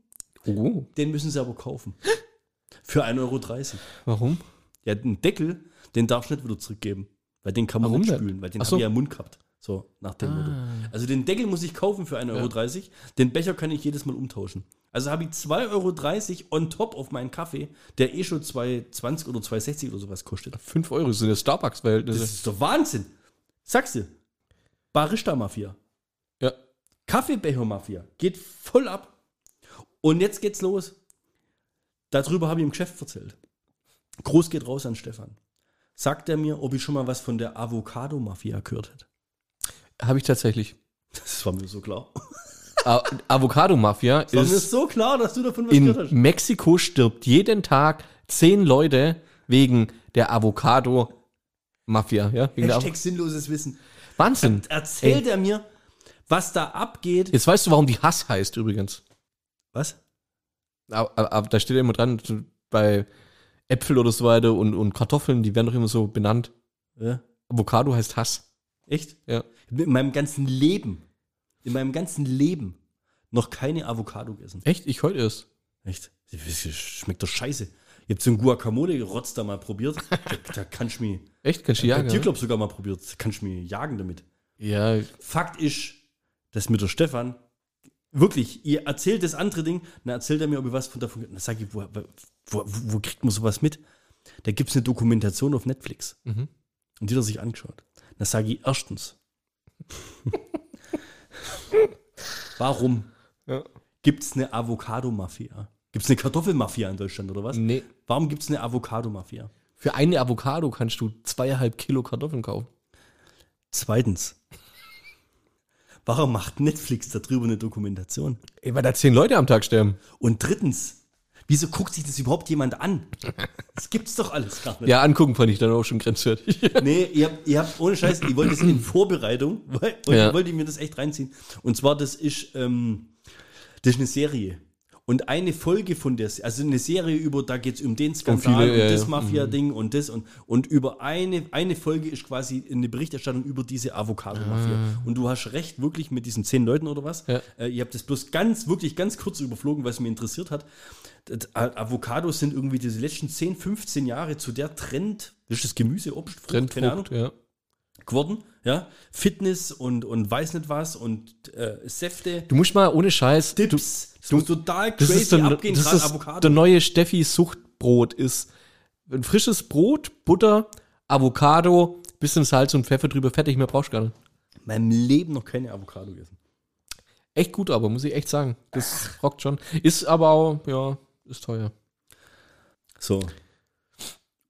oh,
Den müssen sie aber kaufen. Für 1,30 Euro.
warum?
Ja, einen Deckel, den darfst du nicht wieder zurückgeben. Weil den kann man
Warum
nicht
denn?
spülen, weil den
Ach
hab
so. Ah.
ich ja im Mund gehabt. So, nach dem Motto. Also den Deckel muss ich kaufen für 1,30 Euro. Den Becher kann ich jedes Mal umtauschen. Also habe ich 2,30 Euro on top auf meinen Kaffee, der eh schon 2,20 oder 2,60 oder sowas kostet.
5 Euro sind ja
Das
Starbucks-Verhältnisse.
ist doch Wahnsinn. Sagst du, Barista-Mafia.
Ja.
Kaffeebecher-Mafia geht voll ab. Und jetzt geht's los. Darüber habe ich im Geschäft erzählt. Groß geht raus an Stefan. Sagt er mir, ob ich schon mal was von der Avocado-Mafia gehört hätte.
Habe ich tatsächlich.
Das war mir so klar.
A- Avocado-Mafia
Das war mir
ist
so klar, dass du davon was
in
gehört hast.
Mexiko stirbt jeden Tag zehn Leute wegen der Avocado-Mafia. Ja? Wegen der Avo-
Hashtag sinnloses Wissen.
Wahnsinn.
Erzählt er mir, was da abgeht.
Jetzt weißt du, warum die Hass heißt übrigens.
Was?
Aber, aber, aber da steht ja immer dran, bei Äpfel oder so weiter und, und Kartoffeln, die werden doch immer so benannt.
Ja.
Avocado heißt Hass.
Echt?
Ja.
In meinem ganzen Leben, in meinem ganzen Leben noch keine Avocado gegessen.
Echt? Ich heute erst.
Echt? Das Schmeckt doch scheiße. Ich hab so ein Guacamole-Rotz da mal probiert. da, da kannst du mich,
Echt? Kannst du
ja,
jagen?
bei dir
oder?
glaub ich, sogar mal probiert. Da kannst du mich jagen damit.
Ja,
Fakt ist, dass mir der Stefan wirklich, ihr erzählt das andere Ding, dann erzählt er mir, ob ich was von davon. Dann sag ich, wo, wo, wo, wo kriegt man sowas mit? Da gibt es eine Dokumentation auf Netflix.
Mhm.
Und die hat er sich angeschaut. Dann sage ich erstens, warum
Ja.
gibt es eine Avocado-Mafia? Gibt es eine Kartoffelmafia in Deutschland oder was?
Nee.
Warum gibt es eine Avocado-Mafia?
Für eine Avocado kannst du zweieinhalb Kilo Kartoffeln kaufen.
Zweitens, warum macht Netflix darüber eine Dokumentation?
Ey, weil da zehn Leute am Tag sterben.
Und drittens, wieso guckt sich das überhaupt jemand an? Das gibt's doch alles gar nicht.
Ja, angucken fand ich dann auch schon grenzwertig.
Nee, ihr habt, ihr habt ohne Scheiß, ihr wollt das in Vorbereitung, weil und
Ja.
ich wollte mir das echt reinziehen. Und zwar, das ist, ähm, das ist eine Serie. Und eine Folge von der, Se- also eine Serie über, da geht's um den Skandal
viele,
und
ja, Mhm.
das
ja.
Mafia-Ding und das und, und über eine, eine Folge ist quasi eine Berichterstattung über diese Avocado-Mafia. Und du hast recht, wirklich mit diesen zehn Leuten oder was.
Ah. Ja.
Äh, ihr habt das bloß ganz, wirklich ganz kurz überflogen, weil es mir interessiert hat. Das, A- Avocados sind irgendwie diese letzten 10, 15 Jahre zu der Trend, das ist das Gemüse, Obst, Frucht, keine Ahnung,
Trendfrucht, ja.
geworden. Ja? Fitness und, und weiß nicht was und äh, Säfte,
Du musst mal ohne Scheiß. Du,
Dips. das muss total
das
crazy
ist, der,
abgehen,
das
gerade
ist der
Avocado.
neue Steffi-Suchtbrot ist ein frisches Brot, Butter, Avocado, bisschen Salz und Pfeffer drüber, fertig, mehr brauchst du gar nicht.
In meinem Leben noch keine Avocado gegessen.
Echt gut, aber muss ich echt sagen. Das rockt schon. Ist aber auch, ja, ist teuer.
So.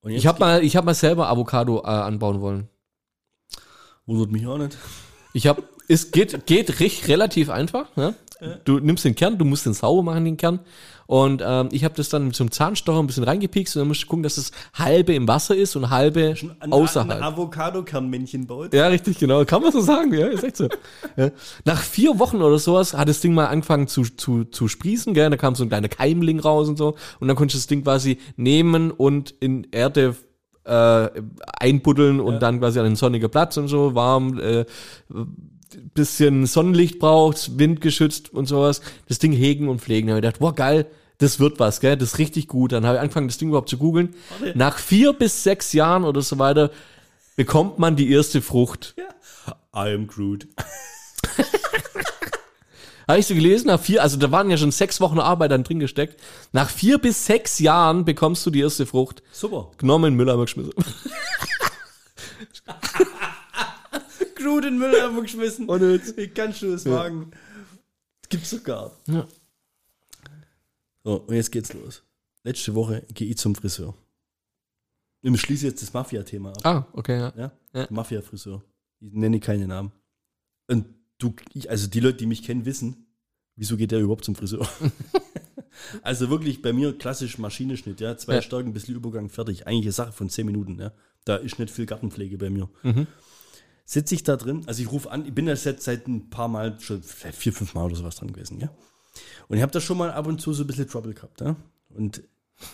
Und jetzt
Ich habe mal, ich hab mal selber Avocado äh, anbauen wollen.
wundert mich auch nicht.
Ich habe, es geht, geht recht, relativ einfach. Ne? Du nimmst den Kern, du musst den sauber machen, den Kern. Und ähm, ich habe das dann mit so einem Zahnstocher ein bisschen reingepiekst und dann musst du gucken, dass es halbe im Wasser ist und halbe
Ein,
außerhalb.
ein Avocado-Kernmännchen baut.
halt. Ja, richtig, genau. Kann man so sagen, ja, ist echt so. Ja. Nach vier Wochen oder sowas hat das Ding mal angefangen zu, zu, zu sprießen, gell? Da kam so ein kleiner Keimling raus und so. Und dann konntest du das Ding quasi nehmen und in Erde äh, einbuddeln und dann quasi an einen sonnigen Platz und so, warm, äh, bisschen Sonnenlicht braucht, windgeschützt und sowas, das Ding hegen und pflegen. Da habe ich gedacht, wow, geil, das wird was, gell, das ist richtig gut. Dann habe ich angefangen, das Ding überhaupt zu googeln.
Warte.
Nach vier bis sechs Jahren oder so weiter bekommt man die erste Frucht.
I am Groot.
Habe ich so gelesen, nach vier, also da waren ja schon sechs Wochen Arbeit dann drin gesteckt. Nach vier bis sechs Jahren bekommst du die erste Frucht.
Super.
Genommen, in den Mülleimer geschmissen.
Groot in den Mülleimer geschmissen.
Ohne Witz.
Wie kannst du das wagen? Das gibt's doch gar nicht.
Ja.
So, und jetzt geht's los. Letzte Woche gehe ich zum Friseur. Ich schließe jetzt das Mafia-Thema ab.
Ah, okay, ja.
Ja?
Ja.
Mafia-Friseur. Ich nenne keine Namen. Und du, ich, also die Leute, die mich kennen, wissen, wieso geht der überhaupt zum Friseur? also wirklich bei mir klassisch Maschinenschnitt, ja. Zwei
Ja.
Stärken, ein bisschen Übergang, fertig. Eigentlich eine Sache von zehn Minuten, ja. Da ist nicht viel Gartenpflege bei mir.
Mhm.
Sitze ich da drin, also ich rufe an, ich bin da seit, seit ein paar Mal, schon vielleicht vier, fünf Mal oder sowas dran gewesen, ja. Und ich habe da schon mal ab und zu so ein bisschen Trouble gehabt, ja. Und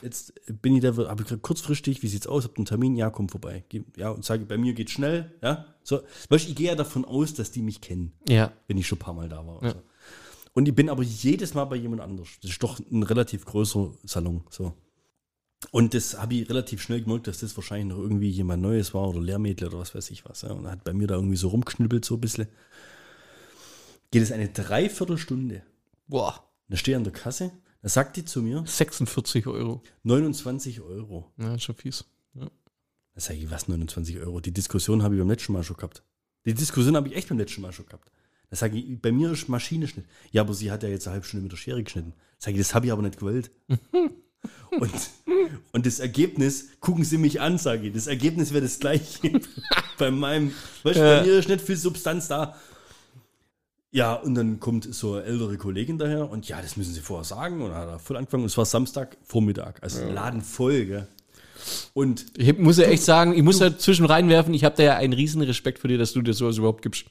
jetzt bin ich da, habe ich gesagt, kurzfristig, wie sieht's aus, habt einen Termin, ja, komm vorbei. Geh- Ja, und sage, bei mir geht's schnell, ja. So, weißt, du, ich gehe ja davon aus, dass die mich kennen
Ja.
wenn ich schon ein paar Mal da war. Und, so. und ich bin aber jedes Mal bei jemand anders. Das ist doch ein relativ größerer Salon. So. Und das habe ich relativ schnell gemerkt, dass das wahrscheinlich noch irgendwie jemand Neues war oder Lehrmädel oder was weiß ich was. Ja. Und hat bei mir da irgendwie so rumknüppelt, so ein bisschen. Geht es eine Dreiviertelstunde.
Boah,
Dann stehe ich an der Kasse, da sagt die zu mir
46 Euro.
29 Euro.
Ja, schon fies.
Da sage ich, was 29 Euro? Die Diskussion habe ich beim letzten Mal schon gehabt. Die Diskussion habe ich echt beim letzten Mal schon gehabt. Da sage ich, bei mir ist Maschinenschnitt. Ja, aber sie hat ja jetzt eine halbe Stunde mit der Schere geschnitten. Sage ich, das habe ich aber nicht gewollt. und, und das Ergebnis, gucken Sie mich an, sage ich, das Ergebnis wäre das gleiche bei meinem. Weißt du, bei
Ja.
mir ist nicht viel Substanz da. Ja, und dann kommt so eine ältere Kollegin daher und ja, das müssen Sie vorher sagen. Und dann hat er voll angefangen. Und es war Samstag, Vormittag. Also Laden voll, gell? Und
Ich hab- muss ja echt sagen, ich muss da zwischen reinwerfen, ich habe da ja einen riesen Respekt vor dir, dass du dir sowas überhaupt gibst.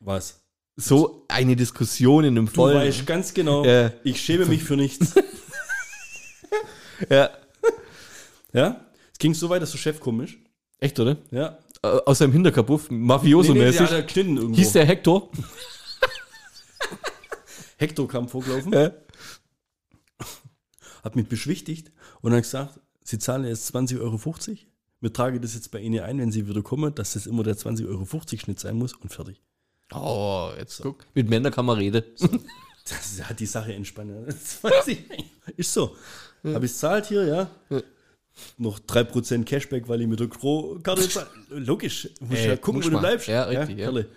was?
So eine Diskussion in einem
Du
vollen.
weißt ganz genau,
Ja.
ich schäme mich für nichts.
Ja.
ja? Es ging so weit, dass du Chef komisch.
Echt, oder?
Ja.
Äh, Aus seinem Hinterkapuff, Mafioso-mäßig.
der hat geschnitten irgendwo.
Hieß der Hector?
Hector kam vorgelaufen,
Ja.
hat mich beschwichtigt und hat gesagt, sie zahlen jetzt 20,50 Euro. Wir tragen das jetzt bei Ihnen ein, wenn Sie wieder kommen, dass das immer der 20,50 Euro Schnitt sein muss und fertig.
Oh, jetzt guck. Mit Männern kann man reden.
Das hat die Sache entspannt. ja. 20 ist so. Habe ich zahlt hier, ja. Noch 3% Cashback, weil ich mit der Kro-Karte zahle. Logisch. Muss
Ey,
ja gucken,
muss
wo du
man.
bleibst.
Ja, richtig, ja.
Kerle.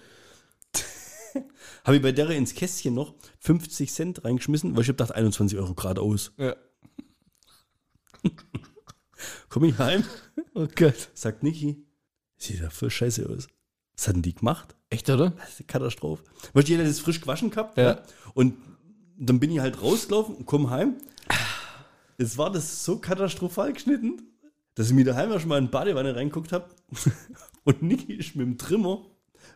Habe ich bei der ins Kästchen noch 50 Cent reingeschmissen, weil ich habe gedacht, 21 Euro geradeaus.
Ja.
Komm ich heim,
Oh Gott.
sagt Niki, sieht ja voll scheiße aus. Was hat denn die gemacht?
Echt, oder?
Das ist eine Katastrophe. Weil jeder hat das frisch gewaschen gehabt.
Ja.
Ja. Und dann bin ich halt rausgelaufen und komme heim. Es war das so katastrophal geschnitten, dass ich mir daheim ja schon mal in die Badewanne reinguckt habe. Und Niki ist mit dem Trimmer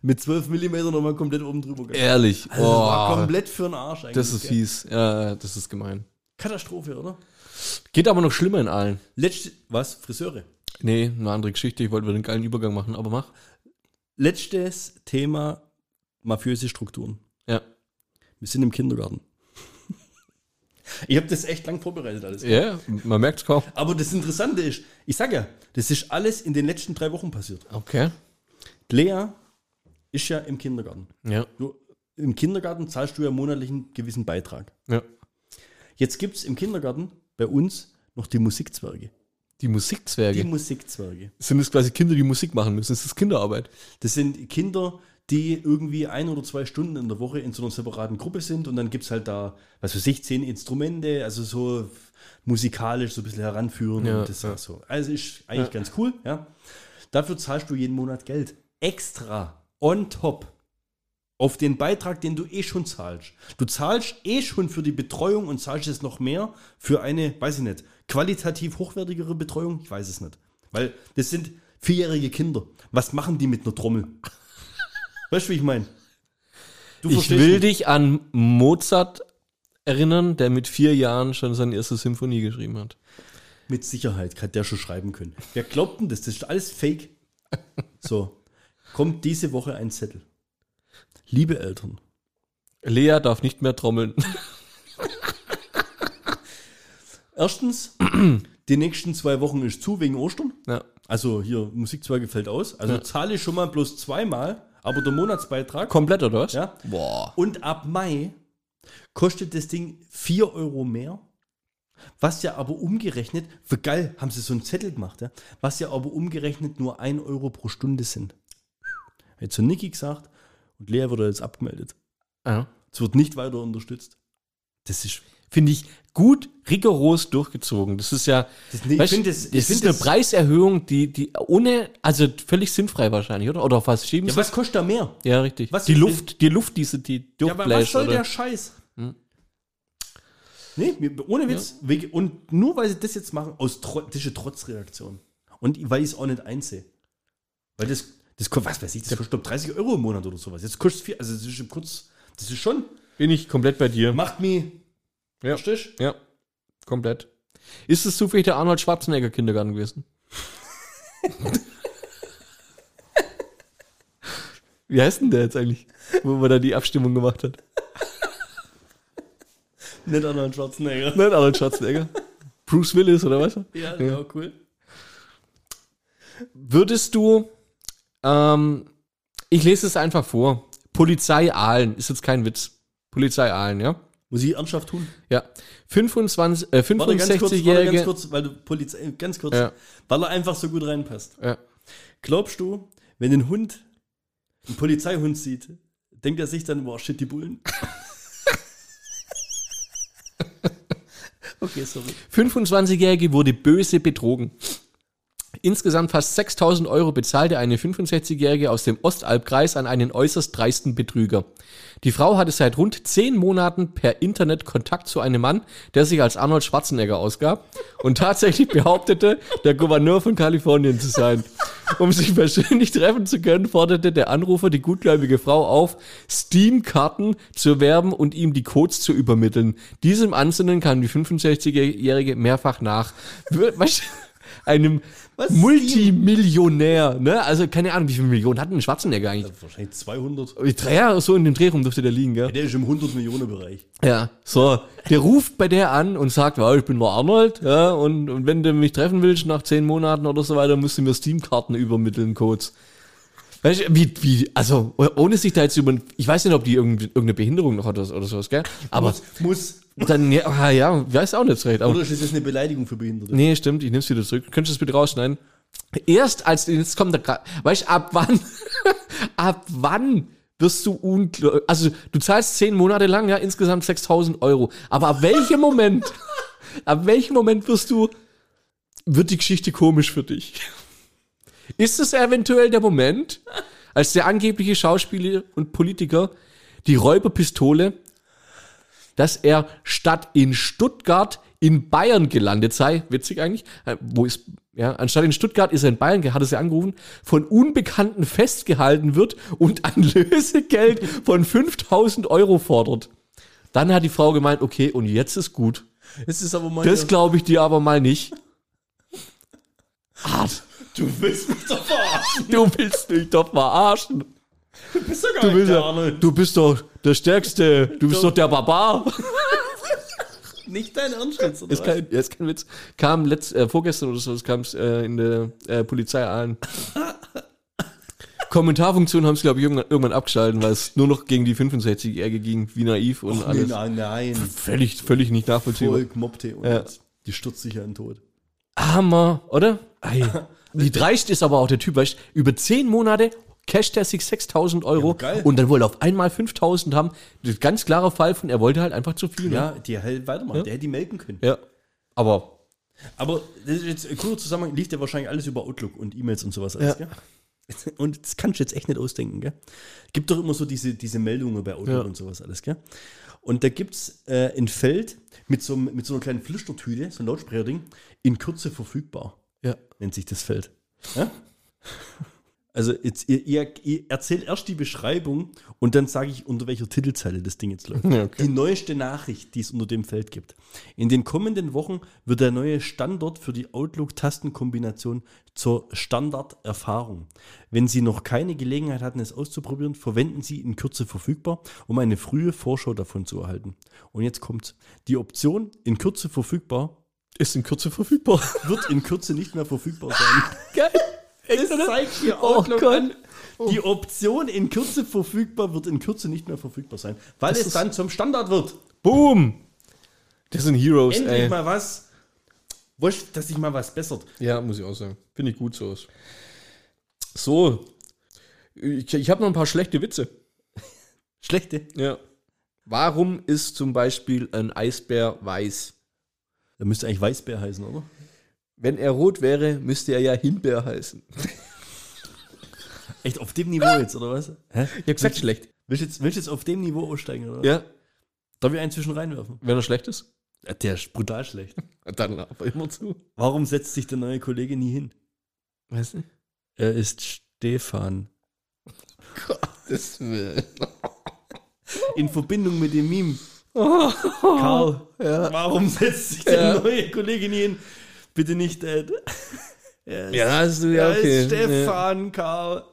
mit 12 mm nochmal komplett oben drüber gegangen.
Ehrlich.
Also das war komplett für den Arsch eigentlich.
das ist
gell?
fies. Ja, das ist gemein.
Katastrophe, oder?
Geht aber noch schlimmer in allen.
Letzte, was? Friseure.
Nee, eine andere Geschichte. Ich wollte wieder einen geilen Übergang machen, aber mach.
Letztes Thema mafiöse Strukturen.
Ja.
Wir sind im Kindergarten. ich habe das echt lang vorbereitet alles.
Ja, man merkt's kaum.
Aber das Interessante ist, ich sage ja, das ist alles in den letzten drei Wochen passiert.
Okay.
Lea ist ja im Kindergarten.
Ja.
Du, Im Kindergarten zahlst du ja monatlich einen gewissen Beitrag.
ja.
Jetzt gibt es im Kindergarten bei uns noch die Musikzwerge.
Die Musikzwerge.
Die Musikzwerge.
sind es quasi Kinder, die Musik machen müssen. Es ist Kinderarbeit.
Das sind Kinder, die irgendwie ein oder zwei Stunden in der Woche in so einer separaten Gruppe sind und dann gibt es halt da, was weiß ich, zehn Instrumente, also so musikalisch so ein bisschen heranführen
Ja,
und das so. Also ist eigentlich ganz cool, ja. Dafür zahlst du jeden Monat Geld. Extra, on top. Auf den Beitrag, den du eh schon zahlst. Du zahlst eh schon für die Betreuung und zahlst jetzt noch mehr für eine, weiß ich nicht, qualitativ hochwertigere Betreuung? Ich weiß es nicht. Weil das sind vierjährige Kinder. Was machen die mit einer Trommel? Weißt du, wie ich meine? Du
Ich
verstehst
will
mich.
dich an Mozart erinnern, der mit vier Jahren schon seine erste Symphonie geschrieben hat.
Mit Sicherheit hat der schon schreiben können. Wer glaubt denn das? Das ist alles fake. So. Kommt diese Woche ein Zettel. Liebe Eltern,
Lea darf nicht mehr trommeln.
erstens, die nächsten zwei Wochen ist zu wegen Ostern.
ja.
Also hier, Musikzweige fällt aus. Also
Ja.
zahle ich schon mal bloß zweimal, aber der Monatsbeitrag.
Komplett, oder was?
Ja.
Boah.
Und ab Mai kostet das Ding 4 Euro mehr. Was ja aber umgerechnet, für geil, haben sie so einen Zettel gemacht, ja? was ja aber umgerechnet nur 1 Euro pro Stunde sind. Hat zu Niki gesagt und Lea wurde jetzt abgemeldet.
Ja.
Es wird nicht weiter unterstützt. Das ist
finde ich, gut rigoros durchgezogen. Das ist ja,
Das- nee, ich
weißt,
find das-
das
ich
ist
find
eine
das-
Preiserhöhung, die, die ohne, also völlig sinnfrei wahrscheinlich, oder? Oder auf was schieben
Ja,
sie?
was kostet da mehr?
Ja, richtig.
was-
die Luft, die Luft, diese, die durchbläst, oder?
Scheiß? Nee, mir- ohne Witz. Wege- Und nur weil sie das jetzt machen, aus Tro das ist eine Trotzreaktion. Und weil ich es auch nicht einsehe. Weil das, das kostet, was weiß ich, das kostet glaub, 30 Euro im Monat oder sowas. Jetzt kostet es viel, also das ist kurz, das ist schon,
Bin ich komplett bei dir.
macht mich,
Ja.
verstehst
Ja, komplett. Ist es zufällig der Arnold Schwarzenegger Kindergarten gewesen? Wie heißt denn der jetzt eigentlich, wo man da die Abstimmung gemacht hat?
Nicht Arnold Schwarzenegger.
Nein, Arnold Schwarzenegger. Bruce Willis oder was?
Ja, ja, cool.
Würdest du, ähm, ich lese es einfach vor. Polizei Aalen, ist jetzt kein Witz. Polizei Aalen, ja?
Muss ich ernsthaft tun?
Ja. 25, äh,
Warte ganz kurz, warte ganz
65-jährige.
kurz, weil du Polizei, ganz kurz,
Ja.
weil er einfach so gut reinpasst.
Ja.
Glaubst du, wenn ein Hund einen Polizeihund sieht, denkt er sich dann, boah, shit, die Bullen? okay, sorry.
25-Jährige wurde böse betrogen. Insgesamt fast 6000 Euro bezahlte eine 65-Jährige aus dem Ostalbkreis an einen äußerst dreisten Betrüger. Die Frau hatte seit rund 10 Monaten per Internet Kontakt zu einem Mann, der sich als Arnold Schwarzenegger ausgab und tatsächlich behauptete, der Gouverneur von Kalifornien zu sein. Um sich persönlich treffen zu können, forderte der Anrufer die gutgläubige Frau auf, Steam-Karten zu werben und ihm die Codes zu übermitteln. Diesem Ansinnen kam die 65-Jährige mehrfach nach. Wir- Was? Einem Multimillionär, ne? Also keine Ahnung, wie viele Millionen hat denn Schwarzenegger eigentlich?
Wahrscheinlich 200.
Ja, so in dem Dreh rum dürfte der liegen, gell?
Der ist im 100-Millionen-Bereich.
Ja, so, der ruft bei der an und sagt, wow, ich bin der Arnold, ja, und, und wenn du mich treffen willst nach zehn Monaten oder so weiter, musst du mir Steam-Karten übermitteln, Codes. Weißt du, wie, wie, also, ohne sich da jetzt über, ich weiß nicht, ob die irgend- irgendeine Behinderung noch hat oder, oder sowas, gell? Aber
muss.
dann, ja, ah, ja, weiß auch nicht so recht, aber,
Oder ist das jetzt eine Beleidigung für Behinderte?
nee, stimmt, ich nehm's wieder zurück. Könntest du das bitte rausschneiden? Erst als, jetzt kommt der, Gra- weißt du, ab wann, ab wann wirst du ungläubig, also du zahlst zehn Monate lang, ja, insgesamt 6000 Euro. Aber ab welchem Moment, ab welchem Moment wirst du, wird die Geschichte komisch für dich? Ist es eventuell der Moment, als der angebliche Schauspieler und Politiker die Räuberpistole, dass er statt in Stuttgart in Bayern gelandet sei, witzig eigentlich, äh, wo ist, ja, anstatt in Stuttgart ist er in Bayern, hat er sie angerufen, von Unbekannten festgehalten wird und ein Lösegeld von 5000 Euro fordert. Dann hat die Frau gemeint, okay, und jetzt ist gut.
Das ist aber mal.
Das glaube ich dir aber mal nicht. Hart.
du willst mich doch verarschen.
Du willst mich doch verarschen.
Du bist doch gar
Du bist,
der
ja,
Arnold.
du bist doch der Stärkste. Du bist doch der Barbar.
Nicht dein Ernst jetzt, oder?
Ist kein, ja, ist kein Witz. Kam letzt, äh, vorgestern oder so, es kam äh, in der äh, Polizei an. Kommentarfunktion haben sie, glaube ich, irgendwann, irgendwann abgeschalten, weil es nur noch gegen die 65-Jährige ging, wie naiv und
was? Nee,
alles.
nein, nein.
Völlig, völlig nicht nachvollziehbar.
Voll gemobbte und
Ja.
die stürzt sich ja in den Tod.
Hammer, oder? Ei. Wie dreist ist aber auch der Typ, weißt du, über zehn Monate casht er sich 6000 Euro
Ja, geil.
und dann wollte er auf einmal 5000 haben. Das ist ein ganz klarer Fall von, er wollte halt einfach zu viel. ne?
Ja, die halt weitermachen. Der hätte die melken können.
ja. Aber
Aber das ist jetzt ein cooler Zusammenhang, lief ja wahrscheinlich alles über Outlook und E-Mails und sowas alles, gell? Und das kannst du jetzt echt nicht ausdenken, gell? Gibt doch immer so diese, diese Meldungen bei Outlook
Ja.
und sowas alles, gell? Und da gibt's äh, ein Feld mit so, einem- mit so einer kleinen Flüstertüte, so ein Lautsprecherding, in Kürze verfügbar,
ja.
nennt sich das Feld. Ja? Also jetzt, ihr, ihr, ihr erzählt erst die Beschreibung und dann sage ich, unter welcher Titelzeile das Ding jetzt läuft.
Ja, okay.
Die neueste Nachricht, die es unter dem Feld gibt. In den kommenden Wochen wird der neue Standard für die Outlook-Tastenkombination zur Standarderfahrung. Wenn Sie noch keine Gelegenheit hatten, es auszuprobieren, verwenden Sie in Kürze verfügbar, um eine frühe Vorschau davon zu erhalten. Und jetzt kommt's. Die Option in Kürze verfügbar
Ist in Kürze verfügbar.
wird in Kürze nicht mehr verfügbar sein.
Geil.
Das zeigt hier
Oh
Outlook
Gott.
an. Die Option in Kürze verfügbar wird in Kürze nicht mehr verfügbar sein, weil es
ist-
dann zum Standard wird.
Boom. Das sind Heroes,
Endlich
ey.
mal was. Wurscht, dass sich mal was bessert.
Ja, muss ich auch sagen. Finde ich gut so. aus. So. Ich, ich habe noch ein paar schlechte Witze.
Schlechte.
Ja. Warum ist zum Beispiel ein Eisbär weiß?
Da müsste eigentlich Weißbär heißen, oder?
Wenn er rot wäre, müsste er ja Himbeer heißen.
Echt auf dem Niveau jetzt, oder was? Hä?
Ich hab gesagt, schlecht.
Willst du jetzt, willst du jetzt auf dem Niveau aussteigen, oder?
Ja,
Darf ich einen zwischen reinwerfen?
wenn er schlecht ist,
Der ist brutal schlecht.
dann aber immer zu.
Warum setzt sich der neue Kollege nie hin?
Weißt du?
Er ist Stefan.
Gottes Willen.
In Verbindung mit dem Meme.
Karl.
Karl, warum setzt sich der neue Kollege nie hin? Bitte nicht, Dad. Er ist,
Ja, hast du ja
er ist
okay. Ja.
Stefan, Karl.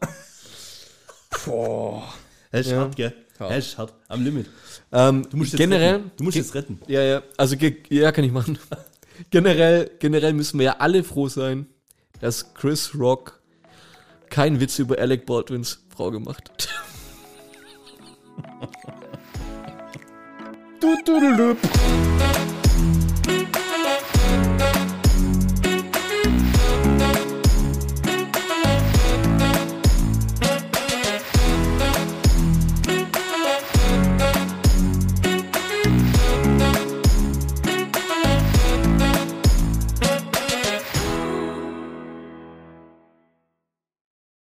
Boah.
Er ist
Ja.
hart, gell? Er ist hart. Am Limit.
Ähm,
Du musst jetzt
generell,
retten. Du musst jetzt retten.
Ja, ja. Also, ge ja, kann ich machen. generell, generell müssen wir ja alle froh sein, dass Chris Rock keinen Witz über Alec Baldwins Frau gemacht hat. du, du, du, du.